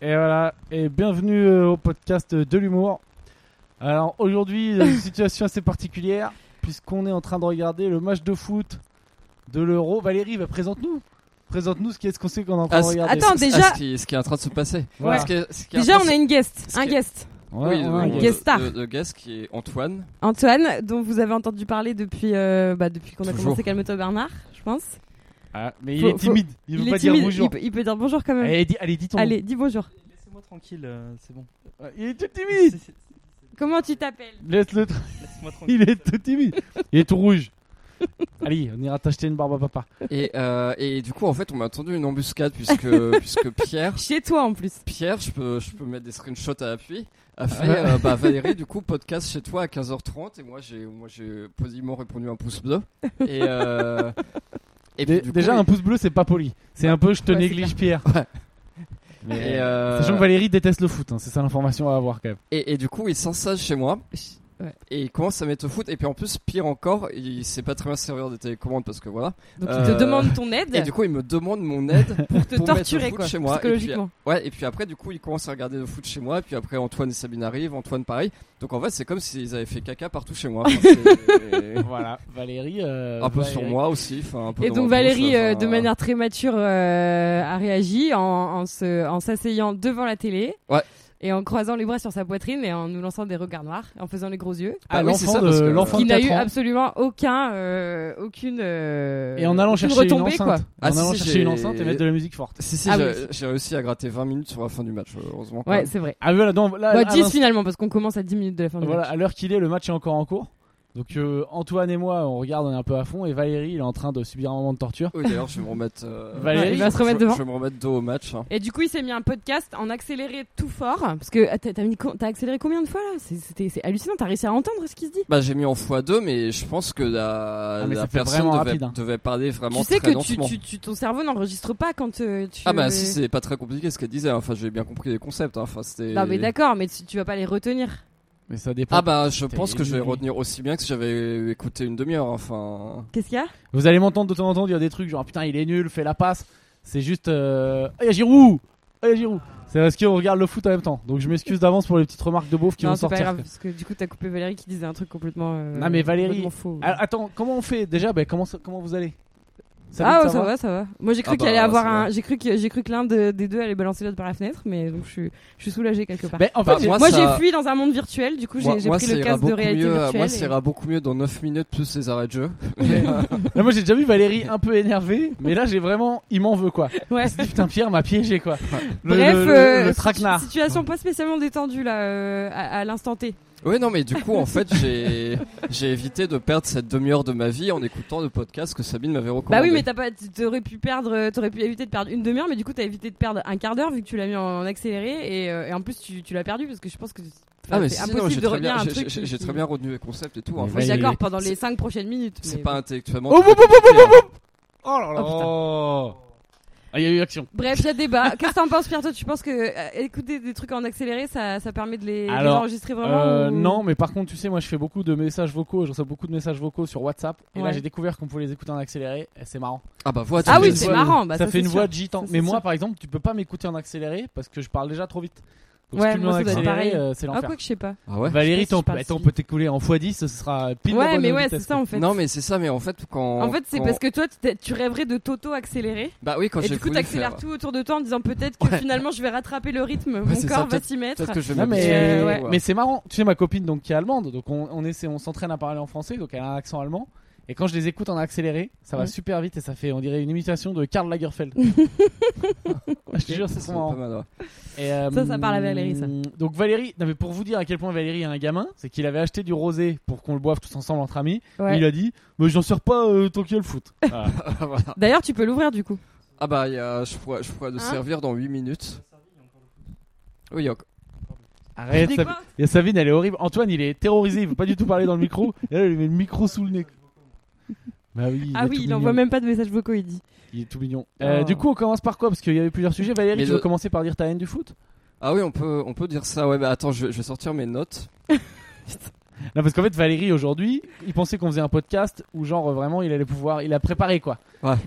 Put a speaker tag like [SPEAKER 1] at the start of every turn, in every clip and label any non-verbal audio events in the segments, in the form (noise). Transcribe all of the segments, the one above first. [SPEAKER 1] Et voilà, et bienvenue euh, au podcast de l'humour. Alors aujourd'hui,
[SPEAKER 2] (laughs)
[SPEAKER 1] dans une situation assez particulière, puisqu'on est en train de regarder le match de foot de l'Euro. Valérie, bah, présente-nous. Présente-nous ce qu'est-ce qu'on sait qu'on est en train
[SPEAKER 3] Ah,
[SPEAKER 1] de
[SPEAKER 3] c'est-
[SPEAKER 1] regarder.
[SPEAKER 2] Attends,
[SPEAKER 3] Ah, ce-
[SPEAKER 2] déjà-
[SPEAKER 3] ah, ce, qui, ce qui est en train de se passer.
[SPEAKER 1] Voilà.
[SPEAKER 3] Ce qui est- ce qui est en
[SPEAKER 2] Déjà,
[SPEAKER 3] train
[SPEAKER 2] on
[SPEAKER 3] de
[SPEAKER 2] a une guest,
[SPEAKER 3] ce
[SPEAKER 2] un
[SPEAKER 3] qui-
[SPEAKER 2] guest,
[SPEAKER 1] Ouais,
[SPEAKER 3] Oui, euh,
[SPEAKER 1] ouais,
[SPEAKER 3] le,
[SPEAKER 1] ouais.
[SPEAKER 3] le-
[SPEAKER 2] guest star.
[SPEAKER 3] le- le guest qui est Antoine.
[SPEAKER 2] Antoine, dont vous avez entendu parler depuis, euh, bah, depuis qu'on a
[SPEAKER 3] Toujours.
[SPEAKER 2] commencé Calme-toi Bernard, je pense.
[SPEAKER 1] Ah, mais il
[SPEAKER 2] Faut-
[SPEAKER 1] est timide, il veut
[SPEAKER 2] est
[SPEAKER 1] pas dire
[SPEAKER 2] timide,
[SPEAKER 1] bonjour.
[SPEAKER 2] Il, peut, il peut dire bonjour quand même.
[SPEAKER 1] Allez, dis, allez, dis ton nom.
[SPEAKER 2] Allez, dis bonjour.
[SPEAKER 4] Laissez-moi tranquille, euh, c'est bon.
[SPEAKER 1] Il est tout timide.
[SPEAKER 4] C'est- c'est-
[SPEAKER 2] Comment tu t'appelles
[SPEAKER 1] Laisse-le, tra-
[SPEAKER 4] Laisse-moi tranquille.
[SPEAKER 1] il est tout timide. Il est tout rouge. allez, on ira t'acheter une barbe à papa.
[SPEAKER 3] Et, euh, et du coup, en fait, on m'a attendu une embuscade
[SPEAKER 1] (laughs)
[SPEAKER 3] puisque, puisque Pierre,
[SPEAKER 2] Chez toi en plus.
[SPEAKER 3] Pierre, je peux, je peux mettre des screenshots à appui, a fait euh, bah, Valérie, du coup, podcast chez toi à 15h30. Et moi, j'ai moi j'ai poliment répondu un pouce bleu. Et, euh, et puis,
[SPEAKER 1] Dé-
[SPEAKER 3] du coup,
[SPEAKER 1] Déjà,
[SPEAKER 3] il-
[SPEAKER 1] un pouce bleu, c'est pas poli. C'est un peu je te
[SPEAKER 2] Ouais, c'est
[SPEAKER 1] néglige, Pierre.
[SPEAKER 3] Ouais.
[SPEAKER 1] Mais,
[SPEAKER 3] Et, euh,
[SPEAKER 1] Sachant que Valérie déteste le foot, hein, c'est ça l'information à avoir quand même.
[SPEAKER 3] Et, et du coup, il s'installe chez moi.
[SPEAKER 2] ouais.
[SPEAKER 3] Et il commence à mettre au foot. Et puis en plus, pire encore, il sait pas très bien servir des télécommandes parce que voilà.
[SPEAKER 2] Donc il
[SPEAKER 3] Euh,
[SPEAKER 2] te demande ton aide
[SPEAKER 3] Et du coup, il me demande mon aide (laughs)
[SPEAKER 2] pour te
[SPEAKER 3] pour mettre le
[SPEAKER 2] torturer
[SPEAKER 3] foot
[SPEAKER 2] quoi,
[SPEAKER 3] chez moi, et puis- euh,
[SPEAKER 2] psychologiquement.
[SPEAKER 3] Ouais, et puis après, du coup, ils commencent à regarder le foot chez moi. Et puis après, Antoine et Sabine arrivent, Antoine pareil. Donc en fait, c'est comme s'ils avaient fait caca partout chez moi. Enfin,
[SPEAKER 1] (laughs)
[SPEAKER 3] c'est-
[SPEAKER 1] voilà, Valérie. euh,
[SPEAKER 3] un peu
[SPEAKER 1] Valérie.
[SPEAKER 3] sur moi aussi. enfin, un peu
[SPEAKER 2] Et
[SPEAKER 3] dans
[SPEAKER 2] donc
[SPEAKER 3] ma bouche,
[SPEAKER 2] Valérie, euh,
[SPEAKER 3] enfin,
[SPEAKER 2] de manière très mature, euh, a réagi en, en se- en s'asseyant devant la télé.
[SPEAKER 3] Ouais.
[SPEAKER 2] Et en croisant les bras sur sa poitrine et en nous lançant des regards noirs, en faisant les gros yeux.
[SPEAKER 1] Ah,
[SPEAKER 3] Ah oui, c'est
[SPEAKER 1] l'enfant
[SPEAKER 3] ça,
[SPEAKER 1] de,
[SPEAKER 3] parce que-
[SPEAKER 1] l'enfant
[SPEAKER 2] qui
[SPEAKER 1] de
[SPEAKER 2] n'a
[SPEAKER 1] 4
[SPEAKER 2] eu
[SPEAKER 1] ans.
[SPEAKER 2] absolument aucun, euh, aucune. euh,
[SPEAKER 1] Et en allant
[SPEAKER 2] aucune
[SPEAKER 1] chercher une
[SPEAKER 2] retombée, quoi.
[SPEAKER 1] enceinte.
[SPEAKER 3] Ah,
[SPEAKER 1] en
[SPEAKER 3] si,
[SPEAKER 1] allant
[SPEAKER 3] si,
[SPEAKER 1] chercher
[SPEAKER 3] j'ai-
[SPEAKER 1] une enceinte et mettre de la musique forte.
[SPEAKER 3] Si, si,
[SPEAKER 2] Ah
[SPEAKER 3] j'ai
[SPEAKER 2] oui.
[SPEAKER 3] j'ai réussi à gratter 20 minutes sur la fin du match, euh, heureusement.
[SPEAKER 2] Ouais, c'est vrai.
[SPEAKER 1] Ah voilà, donc là,
[SPEAKER 2] Bah,
[SPEAKER 1] à
[SPEAKER 2] 10
[SPEAKER 1] l'instant-
[SPEAKER 2] finalement, parce qu'on commence à 10 minutes de la fin du
[SPEAKER 1] voilà,
[SPEAKER 2] match.
[SPEAKER 1] à l'heure qu'il est, le match est encore en cours. Donc euh, Antoine et moi, on regarde, on est un peu à fond. Et Valérie, il est en train de subir un moment de torture.
[SPEAKER 3] Oui, d'ailleurs, je vais me remettre. euh,
[SPEAKER 1] Valérie,
[SPEAKER 2] il va se remettre
[SPEAKER 3] je-
[SPEAKER 2] devant.
[SPEAKER 3] Je vais me remettre dos au match. hein.
[SPEAKER 2] Et du coup, il s'est mis un podcast en accéléré tout fort. Parce que ah, t'as t'as mis co- t'as accéléré combien de fois là C'est- c'était- C'est hallucinant, t'as réussi à entendre ce qui se dit.
[SPEAKER 3] Bah j'ai mis en x2 mais je pense que la,
[SPEAKER 1] Ah, mais
[SPEAKER 3] la
[SPEAKER 1] ça fait
[SPEAKER 3] personne
[SPEAKER 1] vraiment
[SPEAKER 3] devait,
[SPEAKER 1] rapide, hein.
[SPEAKER 3] devait parler vraiment
[SPEAKER 2] Tu sais
[SPEAKER 3] très
[SPEAKER 2] que tu,
[SPEAKER 3] lentement.
[SPEAKER 2] tu- tu- ton cerveau n'enregistre pas quand euh, tu.
[SPEAKER 3] Ah bah si c'est pas très compliqué ce qu'elle disait, hein. enfin j'ai bien compris les concepts, hein. enfin c'était...
[SPEAKER 2] Non, mais d'accord, mais tu, tu vas pas les retenir.
[SPEAKER 1] Mais ça dépend.
[SPEAKER 3] Ah bah je pense
[SPEAKER 1] C'était
[SPEAKER 3] que je vais
[SPEAKER 1] nul.
[SPEAKER 3] retenir aussi bien que si j'avais écouté une demi-heure, hein. enfin...
[SPEAKER 2] Qu'est-ce qu'il y a
[SPEAKER 1] Vous allez m'entendre de temps en temps dire des trucs genre putain, il est nul, fais la passe. C'est juste. Euh... Ah, y a Giroud Ah, y a Giroud C'est parce qu'on regarde le foot en même temps. Donc je m'excuse d'avance pour les petites remarques de beauf qui
[SPEAKER 2] Non,
[SPEAKER 1] vont
[SPEAKER 2] c'est
[SPEAKER 1] sortir.
[SPEAKER 2] pas grave, parce que du coup, t'as coupé Valérie qui disait un truc complètement. euh,
[SPEAKER 1] Non, mais Valérie-
[SPEAKER 2] complètement faux.
[SPEAKER 1] Ah, attends, comment on fait déjà bah, comment, ça- comment vous allez
[SPEAKER 2] ah,
[SPEAKER 1] Sabine,
[SPEAKER 2] ouais, ça va, ça va. Moi, j'ai cru
[SPEAKER 3] Ah
[SPEAKER 2] qu'il
[SPEAKER 3] bah,
[SPEAKER 2] allait avoir
[SPEAKER 3] ça
[SPEAKER 2] un.
[SPEAKER 3] va.
[SPEAKER 2] J'ai cru que j'ai cru que l'un de- des deux allait balancer l'autre par la fenêtre, mais donc je suis je suis soulagée quelque part.
[SPEAKER 1] Bah, en fait,
[SPEAKER 3] Bah,
[SPEAKER 1] j'ai- (laughs)
[SPEAKER 3] moi,
[SPEAKER 2] moi,
[SPEAKER 3] ça-
[SPEAKER 2] j'ai fui dans un monde virtuel. Du coup, j'ai j'ai
[SPEAKER 3] moi,
[SPEAKER 2] pris
[SPEAKER 3] ça
[SPEAKER 2] le
[SPEAKER 3] ira
[SPEAKER 2] casque de
[SPEAKER 3] beaucoup
[SPEAKER 2] réalité
[SPEAKER 3] mieux,
[SPEAKER 2] virtuelle.
[SPEAKER 3] Moi
[SPEAKER 2] et-
[SPEAKER 3] ça ira beaucoup mieux dans 9 minutes plus les arrêts de jeu.
[SPEAKER 1] Là, moi j'ai déjà vu Valérie un peu énervée, mais là j'ai vraiment, il m'en veut quoi. Je
[SPEAKER 2] Ouais.
[SPEAKER 1] me suis dit, Putain Pierre m'a piégé quoi. Le,
[SPEAKER 2] Bref,
[SPEAKER 1] le- le-
[SPEAKER 2] euh,
[SPEAKER 1] le traquenard.
[SPEAKER 2] situ- situation pas spécialement détendue là euh, à, à l'instant T.
[SPEAKER 3] oui non mais du coup en fait
[SPEAKER 2] (laughs)
[SPEAKER 3] j'ai j'ai évité de perdre cette demi-heure de ma vie en écoutant le podcast que Sabine m'avait recommandé.
[SPEAKER 2] Bah oui, mais t'as pas, tu- t'aurais pu perdre, euh, t'aurais pu éviter de perdre une demi-heure, mais du coup t'as évité de perdre un quart d'heure vu que tu l'as mis en accéléré et, euh, et en plus tu, tu l'as perdu parce que je pense que enfin,
[SPEAKER 3] Ah mais
[SPEAKER 2] c'est
[SPEAKER 3] si,
[SPEAKER 2] impossible
[SPEAKER 3] non, j'ai
[SPEAKER 2] de
[SPEAKER 3] très,
[SPEAKER 2] revenir
[SPEAKER 3] bien-
[SPEAKER 2] à un
[SPEAKER 3] j'ai-
[SPEAKER 2] truc.
[SPEAKER 3] j'ai- j'ai
[SPEAKER 2] qui-
[SPEAKER 3] très bien retenu les concepts et tout. hein.
[SPEAKER 1] Mais
[SPEAKER 3] Enfin,
[SPEAKER 2] Oui,
[SPEAKER 1] Ouais,
[SPEAKER 2] d'accord,
[SPEAKER 1] mais-
[SPEAKER 2] pendant les
[SPEAKER 3] c'est-
[SPEAKER 2] 5 prochaines minutes.
[SPEAKER 3] C'est
[SPEAKER 2] mais
[SPEAKER 3] pas
[SPEAKER 2] bon.
[SPEAKER 3] intellectuellement... hein.
[SPEAKER 1] Oh, boum, boum, boum, boum, boum, boum. Oh là là.
[SPEAKER 2] Oh,
[SPEAKER 1] ah il y a eu action.
[SPEAKER 2] Bref, il y a débat. Qu'est-ce que t'en penses, Pierre Toi, tu penses que euh, écouter des trucs en accéléré, ça, ça permet de les, de les
[SPEAKER 1] Alors,
[SPEAKER 2] enregistrer vraiment
[SPEAKER 1] Euh,
[SPEAKER 2] ou-
[SPEAKER 1] non, mais par contre, tu sais, moi je fais beaucoup de messages vocaux, je reçois beaucoup de messages vocaux sur WhatsApp. Et là
[SPEAKER 2] Ouais.
[SPEAKER 1] j'ai découvert qu'on pouvait les écouter en accéléré, et c'est marrant.
[SPEAKER 3] Ah bah voilà.
[SPEAKER 2] Ah oui,
[SPEAKER 1] Ça
[SPEAKER 2] c'est
[SPEAKER 1] fait une
[SPEAKER 2] marrant.
[SPEAKER 1] voix-
[SPEAKER 2] bah,
[SPEAKER 1] ça,
[SPEAKER 2] ça,
[SPEAKER 1] fait
[SPEAKER 2] c'est
[SPEAKER 1] une
[SPEAKER 2] sûr.
[SPEAKER 1] voix de gitan.
[SPEAKER 2] Ça, c'est
[SPEAKER 1] mais moi
[SPEAKER 2] sûr.
[SPEAKER 1] par exemple, tu peux pas m'écouter en accéléré parce que je parle déjà trop vite. Donc
[SPEAKER 2] Ouais,
[SPEAKER 1] si tu me mets
[SPEAKER 2] moi,
[SPEAKER 1] en
[SPEAKER 2] ça doit être
[SPEAKER 1] accéléré,
[SPEAKER 2] pareil.
[SPEAKER 1] euh, c'est
[SPEAKER 2] Ah,
[SPEAKER 1] l'enfer.
[SPEAKER 2] quoi que je sais pas.
[SPEAKER 3] Ah ouais
[SPEAKER 2] Je
[SPEAKER 1] Valérie,
[SPEAKER 2] sais pas si
[SPEAKER 1] t'en
[SPEAKER 2] je
[SPEAKER 1] peux-
[SPEAKER 2] parle
[SPEAKER 1] attends, on
[SPEAKER 2] si-
[SPEAKER 1] peut t'écouler en x10, ce sera pile la
[SPEAKER 2] Ouais,
[SPEAKER 1] bonne
[SPEAKER 2] mais ouais,
[SPEAKER 1] vitesse,
[SPEAKER 2] c'est ça
[SPEAKER 1] quoi.
[SPEAKER 2] en fait.
[SPEAKER 3] Non mais c'est ça mais en fait quand
[SPEAKER 2] En fait, c'est
[SPEAKER 3] quand-
[SPEAKER 2] parce que toi, tu t'es- tu rêverais de Toto accéléré.
[SPEAKER 3] bah oui quand
[SPEAKER 2] Et
[SPEAKER 3] j'ai
[SPEAKER 2] du coup,
[SPEAKER 3] voulu
[SPEAKER 2] t'accélères
[SPEAKER 3] faire-
[SPEAKER 2] tout autour de toi en disant peut-être que
[SPEAKER 3] Ouais.
[SPEAKER 2] finalement je vais rattraper le rythme,
[SPEAKER 3] Ouais,
[SPEAKER 2] mon
[SPEAKER 3] c'est
[SPEAKER 2] corps
[SPEAKER 3] ça,
[SPEAKER 2] va s'y mettre.
[SPEAKER 3] Peut-être que je vais
[SPEAKER 1] Non, mais,
[SPEAKER 3] m'habituer,
[SPEAKER 2] Euh, ouais.
[SPEAKER 3] quoi.
[SPEAKER 1] mais c'est marrant. Tu sais, ma copine donc qui est allemande, donc on, on essaie, on s'entraîne à parler en français, donc elle a un accent allemand. Et quand je les écoute en accéléré, ça va
[SPEAKER 2] Ouais.
[SPEAKER 1] super vite et ça fait, on dirait une imitation de Karl
[SPEAKER 2] (laughs)
[SPEAKER 1] Lagerfeld. je te jure, c'est trop
[SPEAKER 3] pas
[SPEAKER 1] marrant.
[SPEAKER 3] mal, ouais.
[SPEAKER 1] Et, euh,
[SPEAKER 2] Ça, ça parle à Valérie, ça.
[SPEAKER 1] Donc Valérie, non, mais pour vous dire à quel point Valérie est un gamin, c'est qu'il avait acheté du rosé pour qu'on le boive tous ensemble entre amis.
[SPEAKER 2] Ouais.
[SPEAKER 1] Et il a dit, mais j'en sers pas euh, tant qu'il y a le foot. Voilà.
[SPEAKER 3] (laughs) Ah, voilà.
[SPEAKER 2] D'ailleurs, tu peux l'ouvrir du coup.
[SPEAKER 3] Ah bah il y a- je pourrais, je pourrais le
[SPEAKER 2] Hein
[SPEAKER 3] servir dans 8 minutes. Oui, il y a-
[SPEAKER 1] Arrête,
[SPEAKER 2] Des
[SPEAKER 1] Sabi-
[SPEAKER 2] quoi
[SPEAKER 1] et Sabine, elle est horrible. Antoine, il est terrorisé, il veut pas du tout parler dans le micro. Et là, il lui met le micro sous le nez. Bah oui,
[SPEAKER 2] ah
[SPEAKER 1] est
[SPEAKER 2] oui,
[SPEAKER 1] tout
[SPEAKER 2] il envoie
[SPEAKER 1] mignon.
[SPEAKER 2] même pas de messages vocaux, il dit.
[SPEAKER 1] Il est tout mignon. Euh,
[SPEAKER 2] Oh.
[SPEAKER 1] Du coup, on commence par quoi Parce qu'il y avait plusieurs sujets. Valérie,
[SPEAKER 3] Mais
[SPEAKER 1] tu
[SPEAKER 3] le-
[SPEAKER 1] veux commencer par dire ta haine du foot
[SPEAKER 3] Ah oui, on peut, on peut dire ça. Ouais, bah attends, je, je vais sortir mes notes.
[SPEAKER 1] Non, parce qu'en fait, Valérie, aujourd'hui, il pensait qu'on faisait un podcast où, genre, euh, vraiment, il allait pouvoir. Il a préparé quoi.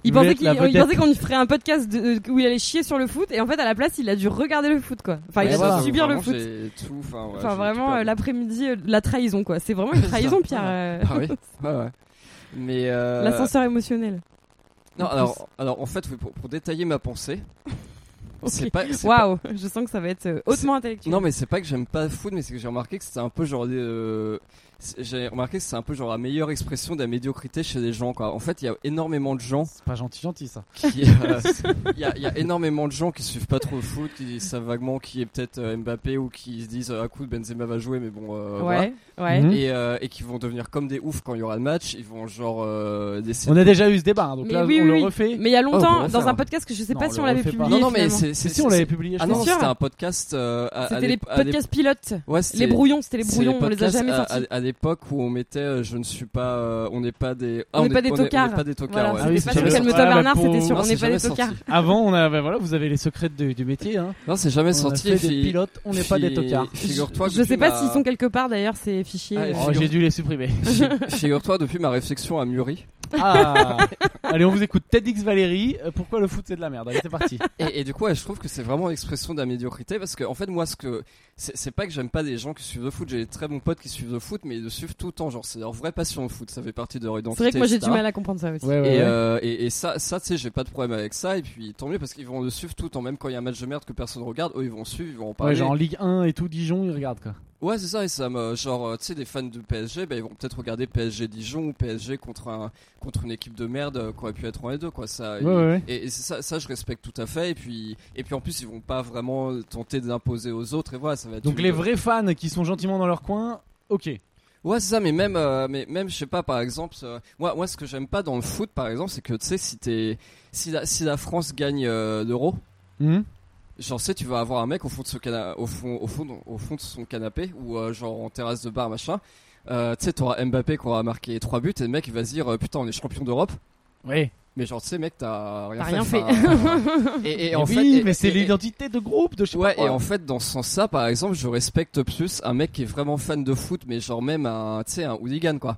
[SPEAKER 2] Il pensait,
[SPEAKER 1] Mettre
[SPEAKER 2] qu'il-
[SPEAKER 1] la
[SPEAKER 2] il
[SPEAKER 1] vedette.
[SPEAKER 2] pensait qu'on y ferait un podcast de- de- où il allait chier sur le foot et en fait à la place il a dû regarder le foot quoi. Enfin il
[SPEAKER 1] Ouais,
[SPEAKER 2] a
[SPEAKER 1] voilà.
[SPEAKER 2] dû subir le
[SPEAKER 3] Vraiment,
[SPEAKER 2] foot.
[SPEAKER 3] j'ai tout, enfin, ouais, j'ai
[SPEAKER 2] Enfin
[SPEAKER 3] tout
[SPEAKER 2] vraiment euh,
[SPEAKER 3] perdu.
[SPEAKER 2] l'après-midi euh, la trahison quoi. C'est vraiment une
[SPEAKER 3] C'est ça.
[SPEAKER 2] trahison Pierre. euh, (laughs)
[SPEAKER 3] Ah oui, ouais, ouais. Mais euh,
[SPEAKER 2] L'ascenseur émotionnel.
[SPEAKER 3] non,
[SPEAKER 2] en plus.
[SPEAKER 3] alors, alors en fait, oui, pour, pour détailler ma pensée, c'est
[SPEAKER 2] (laughs) Ok.
[SPEAKER 3] pas, c'est pas-
[SPEAKER 2] Waouh, je sens que ça va être euh, hautement intellectuel.
[SPEAKER 3] Non, mais c'est pas que j'aime pas foot, mais c'est que j'ai remarqué que c'était un peu genre. euh, c'est- j'ai remarqué que c'est un peu genre la meilleure expression de la médiocrité chez les gens, quoi. En fait, il y a énormément de gens
[SPEAKER 1] C'est pas gentil, gentil ça.
[SPEAKER 2] (laughs)
[SPEAKER 3] qui. euh, Il y, a, il y a énormément de gens qui suivent pas trop le foot, qui savent vaguement qui est peut-être euh, Mbappé ou qui se disent euh, ah cool Benzema va jouer, mais bon. euh, voilà.
[SPEAKER 2] ouais, ouais.
[SPEAKER 1] Mhm.
[SPEAKER 3] Et, euh, et qui vont devenir comme des oufs quand il y aura le match. Ils vont genre euh, décider.
[SPEAKER 1] On a déjà eu ce débat, hein, donc
[SPEAKER 2] Mais
[SPEAKER 1] là,
[SPEAKER 2] oui,
[SPEAKER 1] on
[SPEAKER 2] oui,
[SPEAKER 1] le
[SPEAKER 2] oui.
[SPEAKER 1] refait.
[SPEAKER 2] Mais il y a longtemps,
[SPEAKER 3] on peut
[SPEAKER 2] dans un
[SPEAKER 3] refaire.
[SPEAKER 2] podcast que je sais
[SPEAKER 1] Non,
[SPEAKER 2] pas
[SPEAKER 1] on
[SPEAKER 2] si
[SPEAKER 1] le
[SPEAKER 2] on l'avait
[SPEAKER 1] refait pas.
[SPEAKER 2] publié.
[SPEAKER 3] Ah Non, non, mais
[SPEAKER 2] finalement.
[SPEAKER 3] c'est. c'est-
[SPEAKER 1] Si, si, on l'avait
[SPEAKER 3] c'est-
[SPEAKER 1] publié. je
[SPEAKER 3] Ah
[SPEAKER 1] crois.
[SPEAKER 3] non,
[SPEAKER 2] Bien sûr.
[SPEAKER 3] c'était un podcast. euh, à- à
[SPEAKER 2] C'était les
[SPEAKER 3] l'ép- à l'ép-
[SPEAKER 2] podcasts pilotes.
[SPEAKER 3] Ouais, c'était-
[SPEAKER 2] Les brouillons, c'était les
[SPEAKER 3] c'est
[SPEAKER 2] brouillons, on les a
[SPEAKER 3] podcasts
[SPEAKER 2] jamais
[SPEAKER 3] à-
[SPEAKER 2] sortis.
[SPEAKER 3] À, à l'époque où on mettait euh, Je ne suis pas. euh, on n'est pas des. ah,
[SPEAKER 2] On n'est pas des
[SPEAKER 3] on
[SPEAKER 2] tocards.
[SPEAKER 3] On n'est pas des tocards,
[SPEAKER 2] Voilà,
[SPEAKER 3] ouais.
[SPEAKER 1] Ah oui, c'est
[SPEAKER 2] c'était pas
[SPEAKER 1] jamais
[SPEAKER 2] sur Calme-toi
[SPEAKER 1] sorti. Ah,
[SPEAKER 2] Bernard,
[SPEAKER 1] bah, pour-
[SPEAKER 2] c'était sur
[SPEAKER 3] Non,
[SPEAKER 2] On n'est
[SPEAKER 3] c'est
[SPEAKER 2] pas des
[SPEAKER 3] jamais
[SPEAKER 2] tocards.
[SPEAKER 3] sorti.
[SPEAKER 1] Avant, on a, bah, voilà, vous avez les secrets de- du métier. Hein.
[SPEAKER 3] Non, c'est jamais
[SPEAKER 1] On a
[SPEAKER 3] sorti.
[SPEAKER 1] fait
[SPEAKER 3] fi-
[SPEAKER 1] des pilotes, on n'est pas des
[SPEAKER 3] fi-
[SPEAKER 1] tocards.
[SPEAKER 3] Figure-toi que
[SPEAKER 2] Je sais
[SPEAKER 3] depuis
[SPEAKER 2] pas
[SPEAKER 3] ma-
[SPEAKER 2] s'ils sont quelque part d'ailleurs ces fichiers.
[SPEAKER 3] Ah,
[SPEAKER 2] euh,
[SPEAKER 1] Oh, J'ai dû les supprimer.
[SPEAKER 3] Figure-toi, depuis ma réflexion à mûri.
[SPEAKER 1] Ah. Allez, on vous écoute. TEDx Valérie, euh, pourquoi le foot c'est de la merde Allez, c'est parti.
[SPEAKER 3] Et, et du coup, ouais, je trouve que c'est vraiment l'expression de la médiocrité parce que, en fait, moi, ce que c'est c'est pas que j'aime pas des gens qui suivent le foot. J'ai des très bons potes qui suivent le foot, mais ils le suivent tout le temps. Genre, c'est leur vraie passion le foot. Ça fait partie de leur identité.
[SPEAKER 2] C'est vrai que moi j'ai du
[SPEAKER 3] etc.
[SPEAKER 2] mal à comprendre ça
[SPEAKER 1] (laughs)
[SPEAKER 2] aussi.
[SPEAKER 1] Ouais, ouais,
[SPEAKER 3] Et,
[SPEAKER 1] ouais.
[SPEAKER 3] euh, et, et ça, ça tu sais, j'ai pas de problème avec ça. Et puis tant mieux parce qu'ils vont le suivre tout le temps, même quand il y a un match de merde que personne regarde, eux ils vont suivre, ils vont en
[SPEAKER 1] Ouais,
[SPEAKER 3] parler.
[SPEAKER 1] genre en Ligue 1 et tout, Dijon, ils regardent quoi.
[SPEAKER 3] Ouais, c'est ça. Et ça me, genre, euh, tu sais, des fans de PSG, bah, ils vont peut-être regarder PSG Dijon ou PSG contre un, contre une équipe de merde euh, qui aurait pu être en L2, quoi. Ça.
[SPEAKER 1] Ouais, ouais, ouais.
[SPEAKER 3] Et, et c'est ça, ça je respecte tout à fait. Et puis, et puis en plus, ils vont pas vraiment tenter d'imposer aux autres. Et voilà, ça va être.
[SPEAKER 1] Donc
[SPEAKER 3] une-
[SPEAKER 1] les vrais fans qui sont gentiment dans leur coin, ok.
[SPEAKER 3] Ouais, c'est ça, mais même, euh, mais même, je sais pas, par exemple, euh, moi, moi, ce que j'aime pas dans le foot, par exemple, c'est que, tu sais, si t'es, si la, si la France gagne euh, l'euro,
[SPEAKER 1] Hmm
[SPEAKER 3] Genre, tu sais, tu vas avoir un mec au fond de, ce cana- au fond, au fond, au fond de son canapé ou euh, genre en terrasse de bar, machin. Euh, tu sais, t'auras Mbappé qui aura marqué 3 buts et le mec il va se dire euh, Putain, on est champion d'Europe.
[SPEAKER 1] Ouais.
[SPEAKER 3] Mais genre, tu sais, mec, t'as rien
[SPEAKER 2] T'as
[SPEAKER 3] fait.
[SPEAKER 2] rien fait.
[SPEAKER 3] Enfin, et,
[SPEAKER 1] (laughs)
[SPEAKER 3] et
[SPEAKER 1] Et
[SPEAKER 3] en
[SPEAKER 1] oui,
[SPEAKER 3] fait, et-
[SPEAKER 1] mais c'est
[SPEAKER 3] et-
[SPEAKER 1] l'identité de groupe de je sais
[SPEAKER 3] Ouais,
[SPEAKER 1] pas
[SPEAKER 3] et
[SPEAKER 1] quoi.
[SPEAKER 3] en fait, dans ce sens-là, par exemple, je respecte plus un mec qui est vraiment fan de foot, mais genre même un, tu sais, un hooligan, quoi.